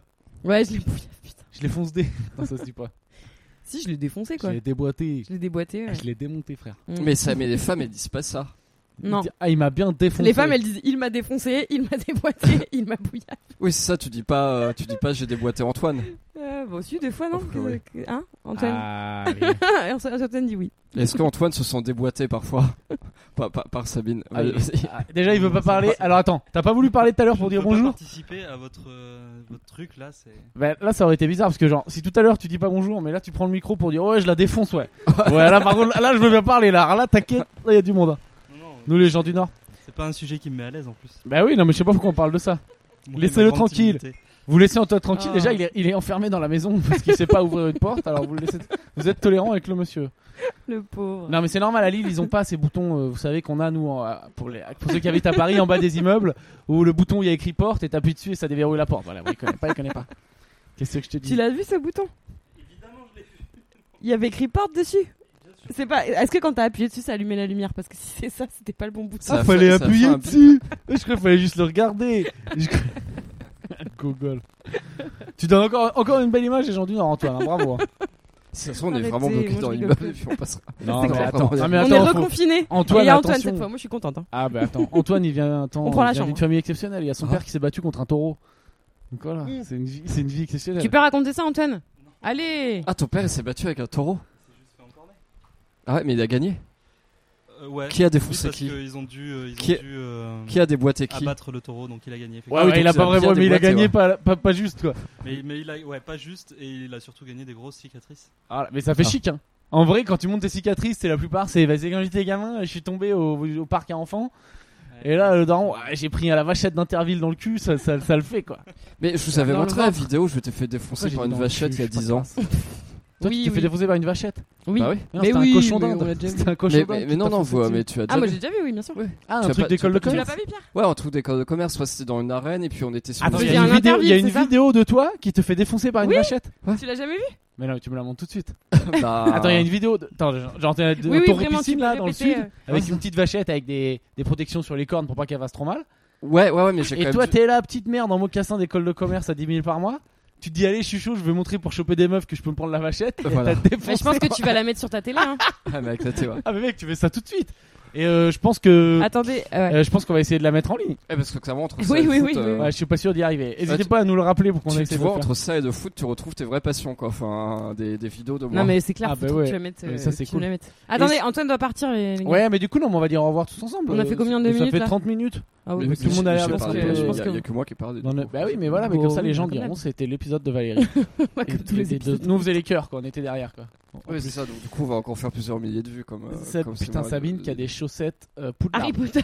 [SPEAKER 2] Ouais, je l'ai bouillave, putain.
[SPEAKER 1] Je l'ai foncedé. (laughs) non, ça se dit pas.
[SPEAKER 2] Si, je l'ai défoncé,
[SPEAKER 1] Je
[SPEAKER 2] quoi.
[SPEAKER 1] l'ai déboîté. Ah,
[SPEAKER 2] Je l'ai déboîté. ouais.
[SPEAKER 1] Je l'ai démonté, frère.
[SPEAKER 2] Mm.
[SPEAKER 3] Mais ça, mais les femmes, elles disent pas ça.
[SPEAKER 1] Il
[SPEAKER 2] Non.
[SPEAKER 1] dit, Ah, il m'a bien défoncé.
[SPEAKER 2] Les femmes, elles disent il m'a défoncé, il m'a déboîté, il m'a bouillave.
[SPEAKER 3] Oui, c'est ça, tu dis pas, euh, tu dis pas, j'ai déboîté Antoine.
[SPEAKER 2] Euh, bon, si, des fois, non.
[SPEAKER 3] Oh,
[SPEAKER 2] que-
[SPEAKER 3] ouais.
[SPEAKER 2] que- hein, Antoine
[SPEAKER 1] Ah, (laughs) allez.
[SPEAKER 2] (laughs) Antoine dit oui.
[SPEAKER 3] Est-ce qu'Antoine se sent déboîté parfois (laughs) par, par- par Sabine
[SPEAKER 1] Allez,
[SPEAKER 3] Vas-y.
[SPEAKER 1] Ah, Déjà, il veut pas parler. Alors, attends, t'as pas voulu parler tout à l'heure pour
[SPEAKER 4] Je
[SPEAKER 1] dire
[SPEAKER 4] peux pas
[SPEAKER 1] bonjour
[SPEAKER 4] participer à votre, euh, votre truc là, c'est.
[SPEAKER 1] Bah, là, ça aurait été bizarre parce que, genre, si tout à l'heure tu dis pas bonjour, mais là tu prends le micro pour dire ouais, je la défonce, (laughs) ouais. Ouais, là, par contre, là, je veux bien parler, là. Alors Là, t'inquiète, là, il y a du monde. hein.
[SPEAKER 4] Non, non,
[SPEAKER 1] Nous, les gens du Nord.
[SPEAKER 4] C'est pas un sujet qui me met à l'aise en plus.
[SPEAKER 1] Bah oui, non, mais je sais pas pourquoi on parle de ça.
[SPEAKER 4] Montrer
[SPEAKER 1] Laissez-le
[SPEAKER 4] ma grande
[SPEAKER 1] tranquille.
[SPEAKER 4] timidité.
[SPEAKER 1] Vous laissez Antoine tranquille.
[SPEAKER 2] Ah.
[SPEAKER 1] Déjà, il est, il est enfermé dans la maison (laughs) parce qu'il sait pas ouvrir une porte. Alors vous le laissez. Vous êtes tolérant avec le monsieur.
[SPEAKER 2] Le pauvre.
[SPEAKER 1] Non, mais c'est normal à Lille, ils ont pas ces boutons. euh, vous savez qu'on a nous en- euh, pour, les, pour ceux qui habitent à Paris en bas des immeubles où le bouton où il y a écrit porte et t'appuies dessus et ça déverrouille la porte. Voilà, vous il connaît pas, il connaît pas. Qu'est-ce que je te
[SPEAKER 2] Tu
[SPEAKER 1] dis
[SPEAKER 2] l'as vu ce bouton Il y avait écrit porte dessus. C'est pas. Est-ce que quand t'as appuyé dessus, ça allumait la lumière Parce que si c'est ça, c'était pas le bon bouton.
[SPEAKER 3] Ça
[SPEAKER 1] Ah,
[SPEAKER 3] a fait- Bah, ça a fait un-
[SPEAKER 1] dessus. Je crois qu'il fallait juste le regarder. Je crois- (laughs) Google. Tu donnes encore, encore une belle image des gens du Nord, Antoine. hein, bravo. hein.
[SPEAKER 3] De toute façon, on est
[SPEAKER 2] Arrêtez,
[SPEAKER 3] vraiment
[SPEAKER 2] moi,
[SPEAKER 3] bloqué
[SPEAKER 2] je
[SPEAKER 3] dans
[SPEAKER 2] rigole
[SPEAKER 3] l'immeuble
[SPEAKER 2] plus.
[SPEAKER 3] et puis on passera.
[SPEAKER 1] Non,
[SPEAKER 3] (laughs)
[SPEAKER 2] C'est
[SPEAKER 1] mais
[SPEAKER 3] clair.
[SPEAKER 1] attends. non, mais
[SPEAKER 2] On
[SPEAKER 1] attends,
[SPEAKER 2] est
[SPEAKER 1] faut-
[SPEAKER 2] reconfinés.
[SPEAKER 1] Antoine,
[SPEAKER 2] Et à Antoine
[SPEAKER 1] attention.
[SPEAKER 2] cette fois, moi je suis contente. hein.
[SPEAKER 1] Ah bah attends, Antoine il vient, attends,
[SPEAKER 2] On prend
[SPEAKER 1] il
[SPEAKER 2] la
[SPEAKER 1] vient
[SPEAKER 2] chambre,
[SPEAKER 1] d'une
[SPEAKER 2] hein.
[SPEAKER 1] famille exceptionnelle, il y a son
[SPEAKER 3] Ah.
[SPEAKER 1] père qui s'est battu contre un taureau. Donc voilà,
[SPEAKER 2] Mm.
[SPEAKER 1] c'est une vie, c'est une vie exceptionnelle.
[SPEAKER 2] Tu peux raconter ça, Antoine Allez
[SPEAKER 3] Ah, ton père, il s'est battu avec un taureau Ah ouais, mais il a gagné.
[SPEAKER 4] Euh, ouais.
[SPEAKER 3] Qui a
[SPEAKER 4] Oui,
[SPEAKER 3] défoncé
[SPEAKER 4] parce
[SPEAKER 3] qui
[SPEAKER 4] qu'ils ont dû, euh, ils ont
[SPEAKER 3] Qui-
[SPEAKER 4] dû euh,
[SPEAKER 3] Qui a déboîté
[SPEAKER 1] Ah bah,
[SPEAKER 3] qui
[SPEAKER 4] abattre le taureau, donc il a gagné. effectivement.
[SPEAKER 1] Ouais,
[SPEAKER 3] Ah oui,
[SPEAKER 1] ouais, il
[SPEAKER 3] donc
[SPEAKER 1] a
[SPEAKER 3] tu
[SPEAKER 1] pas
[SPEAKER 3] l'as
[SPEAKER 1] vraiment,
[SPEAKER 3] bien
[SPEAKER 1] mais il a
[SPEAKER 3] déboîté,
[SPEAKER 1] gagné
[SPEAKER 3] ouais.
[SPEAKER 1] pas, pas, pas juste quoi.
[SPEAKER 4] Mais, mais il a, ouais, pas juste, et il a surtout gagné des grosses cicatrices.
[SPEAKER 1] Ah, mais ça fait
[SPEAKER 3] Ah.
[SPEAKER 1] chic hein. En vrai, quand tu montes tes cicatrices, c'est la plupart, c'est vas-y quand j'étais gamin, je suis tombé au, au parc à enfants, et là le daron, ouais, j'ai pris à la vachette d'Interville dans le cul, ça, ça, ça le fait quoi.
[SPEAKER 3] Mais je vous avais
[SPEAKER 2] Dans le
[SPEAKER 3] montré la
[SPEAKER 2] ventre.
[SPEAKER 3] vidéo où je t'ai fait
[SPEAKER 1] Pourquoi
[SPEAKER 3] défoncer
[SPEAKER 1] j'ai
[SPEAKER 3] par
[SPEAKER 1] dit
[SPEAKER 3] une
[SPEAKER 1] dans le
[SPEAKER 3] vachette
[SPEAKER 1] cul,
[SPEAKER 3] il y a
[SPEAKER 1] je suis
[SPEAKER 3] 10
[SPEAKER 1] pas
[SPEAKER 3] ans.
[SPEAKER 1] classe. Toi, tu
[SPEAKER 2] Oui,
[SPEAKER 1] t'es fait
[SPEAKER 2] oui.
[SPEAKER 1] défoncer par une vachette
[SPEAKER 2] Oui.
[SPEAKER 3] Bah oui.
[SPEAKER 1] Non,
[SPEAKER 2] Mais
[SPEAKER 1] c'était
[SPEAKER 2] oui,
[SPEAKER 1] un cochon
[SPEAKER 2] mais on
[SPEAKER 1] d'Inde.
[SPEAKER 2] l'a déjà vu.
[SPEAKER 1] C'était un cochon
[SPEAKER 3] Mais,
[SPEAKER 1] d'Inde
[SPEAKER 3] mais-
[SPEAKER 1] qui
[SPEAKER 3] mais non,
[SPEAKER 1] t'a
[SPEAKER 3] non,
[SPEAKER 1] foncé
[SPEAKER 3] vous-
[SPEAKER 1] dessus.
[SPEAKER 3] mais tu as
[SPEAKER 2] Ah,
[SPEAKER 3] déjà.
[SPEAKER 2] moi
[SPEAKER 3] vu.
[SPEAKER 2] j'ai déjà vu, oui, bien sûr.
[SPEAKER 3] Ouais.
[SPEAKER 1] Ah,
[SPEAKER 3] tu
[SPEAKER 1] un
[SPEAKER 3] as
[SPEAKER 1] truc
[SPEAKER 3] pas-
[SPEAKER 1] d'école
[SPEAKER 3] tu
[SPEAKER 1] de
[SPEAKER 3] as
[SPEAKER 2] Tu
[SPEAKER 1] commerce.
[SPEAKER 2] l'as pas vu, Pierre
[SPEAKER 3] Ouais, en truc d'école de commerce, ouais, c'était dans une arène et puis on était sur.
[SPEAKER 1] Attends,
[SPEAKER 2] Parce
[SPEAKER 1] il y
[SPEAKER 3] une-
[SPEAKER 2] qu'il
[SPEAKER 1] a
[SPEAKER 2] y
[SPEAKER 1] une
[SPEAKER 2] a un
[SPEAKER 1] vidéo- il y a
[SPEAKER 2] interview,
[SPEAKER 1] une
[SPEAKER 2] c'est ça
[SPEAKER 1] vidéo de toi qui te fait défoncer par une
[SPEAKER 2] Oui.
[SPEAKER 1] vachette.
[SPEAKER 2] Tu l'as jamais vu
[SPEAKER 1] Mais non, mais tu me la montres tout de suite.
[SPEAKER 3] Bah,
[SPEAKER 1] Attends, il y a une vidéo. de- Attends, genre, genre, t'es
[SPEAKER 2] Oui, oui,
[SPEAKER 1] autour
[SPEAKER 2] vraiment.
[SPEAKER 1] piscine
[SPEAKER 2] tu
[SPEAKER 1] là
[SPEAKER 2] peux
[SPEAKER 1] dans le
[SPEAKER 2] répéter,
[SPEAKER 1] sud
[SPEAKER 2] euh.
[SPEAKER 3] Ah,
[SPEAKER 1] avec une petite vachette avec des, des protections sur les cornes pour pas qu'elle fasse trop mal.
[SPEAKER 3] Ouais, ouais, ouais, mais j'ai quand
[SPEAKER 1] Et
[SPEAKER 3] même.
[SPEAKER 1] toi,
[SPEAKER 3] dû-
[SPEAKER 1] t'es là, petite merde en mocassin d'école de commerce à 10 000 par mois. Tu te dis, allez, je suis chaud, je vais montrer pour choper des meufs que je peux me prendre la vachette. Et
[SPEAKER 3] Voilà.
[SPEAKER 1] t'as
[SPEAKER 2] Mais
[SPEAKER 1] défoncé.
[SPEAKER 2] je pense que tu vas la mettre sur ta télé. hein.
[SPEAKER 3] Ah, mais avec la télé, ouais.
[SPEAKER 1] Ah, mais mec, tu fais ça tout de suite. Et euh, je pense que.
[SPEAKER 2] Attendez, Ah, ouais.
[SPEAKER 1] euh, je pense qu'on va essayer de la mettre en ligne.
[SPEAKER 3] Eh, parce que clairement, entre
[SPEAKER 2] Oui,
[SPEAKER 3] ça et
[SPEAKER 2] oui,
[SPEAKER 3] le
[SPEAKER 2] oui,
[SPEAKER 3] foot,
[SPEAKER 2] oui, oui.
[SPEAKER 1] Ouais, je suis pas sûr d'y arriver. N'hésitez
[SPEAKER 3] Ah, tu-
[SPEAKER 1] pas à nous le rappeler pour qu'on
[SPEAKER 3] tu,
[SPEAKER 1] essaie
[SPEAKER 3] tu
[SPEAKER 1] de le
[SPEAKER 3] vois,
[SPEAKER 1] faire.
[SPEAKER 3] entre ça et le foot, tu retrouves tes vraies passions, quoi. Enfin, des, des vidéos de moi.
[SPEAKER 2] non mais c'est clair,
[SPEAKER 1] Ah,
[SPEAKER 2] faut
[SPEAKER 1] bah
[SPEAKER 2] trop que
[SPEAKER 1] ouais.
[SPEAKER 2] tu la mettes.
[SPEAKER 1] Mais
[SPEAKER 2] euh,
[SPEAKER 1] ça, c'est
[SPEAKER 2] tu nous
[SPEAKER 1] cool.
[SPEAKER 2] la mettes. Attendez,
[SPEAKER 1] c'est-
[SPEAKER 2] Antoine doit partir les, les gars.
[SPEAKER 1] Ouais, mais du coup, non, mais on va dire au revoir tous ensemble.
[SPEAKER 2] On a fait
[SPEAKER 1] Euh,
[SPEAKER 2] combien,
[SPEAKER 1] ça-
[SPEAKER 2] deux minutes,
[SPEAKER 1] Ça fait
[SPEAKER 2] là
[SPEAKER 1] 30 minutes.
[SPEAKER 2] Ah oui,
[SPEAKER 3] Mais
[SPEAKER 1] tout
[SPEAKER 3] parce
[SPEAKER 2] bah,
[SPEAKER 1] le
[SPEAKER 3] que
[SPEAKER 1] monde
[SPEAKER 3] je-
[SPEAKER 1] a
[SPEAKER 3] je
[SPEAKER 1] l'air
[SPEAKER 3] parle
[SPEAKER 1] parce
[SPEAKER 3] pas,
[SPEAKER 1] que-
[SPEAKER 3] il y a-
[SPEAKER 1] je pense
[SPEAKER 3] il y a que moi qui parle.
[SPEAKER 1] Non, non, Bah oui, mais voilà, mais
[SPEAKER 2] Bon,
[SPEAKER 1] comme ça, les
[SPEAKER 2] oui,
[SPEAKER 1] gens
[SPEAKER 2] quand
[SPEAKER 1] diront
[SPEAKER 2] même.
[SPEAKER 1] c'était l'épisode de Valérie.
[SPEAKER 2] bah,
[SPEAKER 1] Et
[SPEAKER 2] comme tous
[SPEAKER 1] Ah,
[SPEAKER 2] les
[SPEAKER 1] les deux-
[SPEAKER 2] épisodes.
[SPEAKER 1] Nous, on faisait les cœurs, quoi. On était derrière, quoi. En
[SPEAKER 3] Oui,
[SPEAKER 1] plus.
[SPEAKER 3] c'est ça. Donc, du coup, on va encore faire plusieurs milliers de vues. Comme, euh,
[SPEAKER 1] Cette
[SPEAKER 3] comme c'est
[SPEAKER 1] putain
[SPEAKER 3] moi,
[SPEAKER 1] Sabine
[SPEAKER 3] de-
[SPEAKER 1] qui a des chaussettes euh, Poudlard.
[SPEAKER 2] Harry Potter.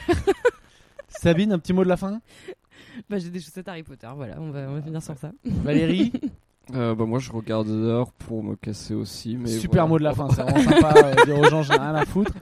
[SPEAKER 1] Sabine, un petit mot de la (laughs) fin
[SPEAKER 2] (laughs) Bah j'ai des chaussettes Harry Potter, voilà, on va, on va finir sur ça.
[SPEAKER 1] Valérie,
[SPEAKER 3] Euh, bah, moi, je regarde l'heure pour me casser aussi. Mais
[SPEAKER 1] super
[SPEAKER 3] voilà.
[SPEAKER 1] mot de la fin, c'est vraiment sympa euh, dire aux gens j'ai rien à foutre.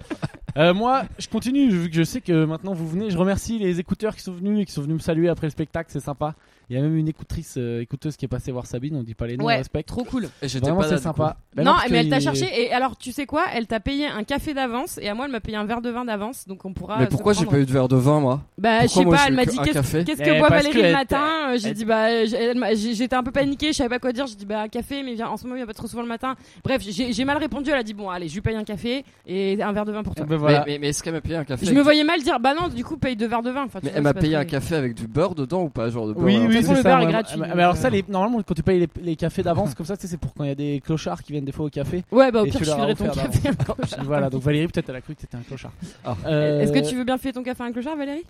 [SPEAKER 1] Euh, moi, je continue vu que je sais que maintenant vous venez. Je remercie les écouteurs qui sont venus et qui sont venus me saluer après le spectacle, c'est sympa. Il y a même une écoutrice, euh, écouteuse qui est passée voir Sabine, on dit pas les noms,
[SPEAKER 2] Ouais.
[SPEAKER 1] on respecte.
[SPEAKER 2] Trop cool.
[SPEAKER 3] Et j'étais
[SPEAKER 1] Vraiment,
[SPEAKER 3] pas là,
[SPEAKER 1] c'est
[SPEAKER 3] du
[SPEAKER 1] sympa. Bah
[SPEAKER 2] non,
[SPEAKER 1] parce
[SPEAKER 2] mais elle
[SPEAKER 1] que
[SPEAKER 2] t'a
[SPEAKER 1] il-
[SPEAKER 2] cherché et alors tu sais quoi Elle t'a payé un café d'avance et à moi elle m'a payé un verre de vin d'avance donc on pourra.
[SPEAKER 3] coup. Mais
[SPEAKER 2] euh, se
[SPEAKER 3] pourquoi j'ai
[SPEAKER 2] prendre.
[SPEAKER 3] pas eu de verre de vin, moi
[SPEAKER 2] Bah je
[SPEAKER 3] Pourquoi
[SPEAKER 2] sais
[SPEAKER 3] moi,
[SPEAKER 2] pas,
[SPEAKER 3] j'ai
[SPEAKER 2] elle m'a
[SPEAKER 3] eu
[SPEAKER 2] dit
[SPEAKER 3] un
[SPEAKER 2] qu'est-ce
[SPEAKER 3] café
[SPEAKER 2] qu'est-ce
[SPEAKER 1] Eh,
[SPEAKER 2] que boit
[SPEAKER 1] parce
[SPEAKER 2] Valérie
[SPEAKER 1] que
[SPEAKER 2] le
[SPEAKER 1] elle-
[SPEAKER 2] matin Euh, J'ai
[SPEAKER 1] elle-
[SPEAKER 2] dit bah j'ai- elle m'a- j'ai- j'étais un peu paniquée, je savais pas quoi dire. J'ai dit bah un café mais viens, en ce moment il y a pas trop souvent le matin. Bref j'ai j'ai mal répondu. Elle a dit bon allez je lui paye un café et un verre de vin pour toi.
[SPEAKER 1] Bah voilà.
[SPEAKER 3] Mais, mais- mais est-ce qu'elle m'a payé un café
[SPEAKER 2] Je
[SPEAKER 3] avec
[SPEAKER 2] me
[SPEAKER 3] du-
[SPEAKER 2] voyais mal dire bah non du coup paye deux verres de vin. Enfin, tu
[SPEAKER 3] Mais
[SPEAKER 2] vois,
[SPEAKER 3] elle m'a
[SPEAKER 2] c'est pas
[SPEAKER 3] payé un
[SPEAKER 2] très-
[SPEAKER 3] café avec du beurre dedans ou pas Genre de beurre
[SPEAKER 1] Oui,
[SPEAKER 3] à la
[SPEAKER 1] oui,
[SPEAKER 3] menthe.
[SPEAKER 2] façon,
[SPEAKER 1] c'est
[SPEAKER 2] le
[SPEAKER 1] ça.
[SPEAKER 2] bar est
[SPEAKER 1] ouais.
[SPEAKER 2] gratuit,
[SPEAKER 1] Mais,
[SPEAKER 2] donc,
[SPEAKER 1] mais alors ça,
[SPEAKER 2] euh.
[SPEAKER 1] les, normalement, quand tu payes les, les cafés (laughs) d'avance comme ça, tu sais, c'est pour quand il y a des clochards qui viennent des fois au café.
[SPEAKER 2] Ouais bah au
[SPEAKER 1] Et
[SPEAKER 2] pire
[SPEAKER 1] tu
[SPEAKER 2] je
[SPEAKER 1] leur as
[SPEAKER 2] filerai ton
[SPEAKER 1] offert
[SPEAKER 2] café à un clochard.
[SPEAKER 1] voilà, donc Valérie, peut-être elle a cru que t'étais un clochard.
[SPEAKER 3] Ah.
[SPEAKER 1] Euh,
[SPEAKER 2] Est-ce que tu veux bien filer ton café à un clochard Valérie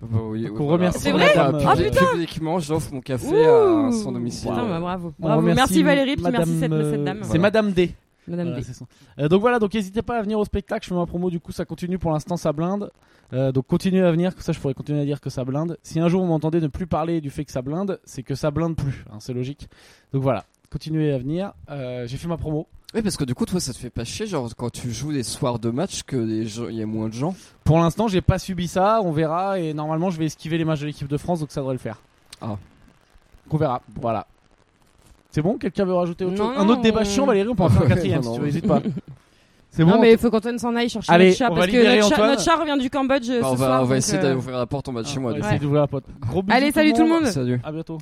[SPEAKER 3] Bah oui, oui,
[SPEAKER 1] Donc on
[SPEAKER 3] voilà.
[SPEAKER 1] remercie
[SPEAKER 2] C'est vrai
[SPEAKER 1] madame, euh,
[SPEAKER 3] Voilà,
[SPEAKER 2] Ah, putain.
[SPEAKER 3] Publiquement, j'offre mon café
[SPEAKER 2] Ouh.
[SPEAKER 3] à son domicile.
[SPEAKER 2] Putain,
[SPEAKER 3] Euh,
[SPEAKER 2] bah, bravo.
[SPEAKER 1] on
[SPEAKER 2] Bravo.
[SPEAKER 1] remercie
[SPEAKER 2] Merci Valérie, puis
[SPEAKER 1] madame,
[SPEAKER 2] merci cette,
[SPEAKER 1] euh,
[SPEAKER 2] cette dame.
[SPEAKER 1] C'est
[SPEAKER 3] Voilà.
[SPEAKER 1] Madame D.
[SPEAKER 2] Madame
[SPEAKER 1] Voilà,
[SPEAKER 2] D.
[SPEAKER 1] c'est son. Euh, donc voilà, donc n'hésitez pas à venir au spectacle. Je fais ma promo, du coup, ça continue pour l'instant, ça blinde. Euh, donc continuez à venir, comme ça je pourrais continuer à dire que ça blinde. Si un jour vous m'entendez ne plus parler du fait que ça blinde, c'est que ça blinde plus, hein, c'est logique. Donc voilà, continuez à venir. Euh, J'ai fait ma promo.
[SPEAKER 3] Oui, parce que du coup, toi, ça te fait pas chier, genre, quand tu joues les soirs de match, que les gens- il y a moins de gens.
[SPEAKER 1] Pour l'instant, j'ai pas subi ça, on verra et normalement, je vais esquiver les matchs de l'équipe de France donc ça devrait le faire.
[SPEAKER 3] Ah.
[SPEAKER 1] Donc on verra. Voilà. C'est bon Quelqu'un veut rajouter autre
[SPEAKER 2] Non,
[SPEAKER 1] chose Un autre
[SPEAKER 2] non,
[SPEAKER 1] débat
[SPEAKER 2] on-
[SPEAKER 1] chiant, Valérie, on peut en faire un
[SPEAKER 2] (laughs)
[SPEAKER 3] Ouais,
[SPEAKER 1] quatrième
[SPEAKER 3] non,
[SPEAKER 1] si tu
[SPEAKER 3] non.
[SPEAKER 1] veux, hésite
[SPEAKER 3] (laughs)
[SPEAKER 1] pas. C'est bon
[SPEAKER 2] non, mais il faut qu'antoine s'en aille chercher
[SPEAKER 1] Allez,
[SPEAKER 2] notre chat
[SPEAKER 1] on va
[SPEAKER 2] parce que
[SPEAKER 1] libérer
[SPEAKER 2] notre chat,
[SPEAKER 1] Antoine.
[SPEAKER 2] notre chat revient du Cambodge. euh,
[SPEAKER 3] Bah, on
[SPEAKER 2] ce
[SPEAKER 3] va,
[SPEAKER 2] soir,
[SPEAKER 3] on va
[SPEAKER 2] donc,
[SPEAKER 3] essayer
[SPEAKER 2] euh,
[SPEAKER 3] d'aller ouvrir la porte en bas de Ah, chez moi.
[SPEAKER 1] on va
[SPEAKER 3] du
[SPEAKER 1] essayer
[SPEAKER 3] coup.
[SPEAKER 1] d'ouvrir la porte. Gros bisous
[SPEAKER 2] Allez, salut tout le monde.
[SPEAKER 3] Salut.
[SPEAKER 1] À bientôt.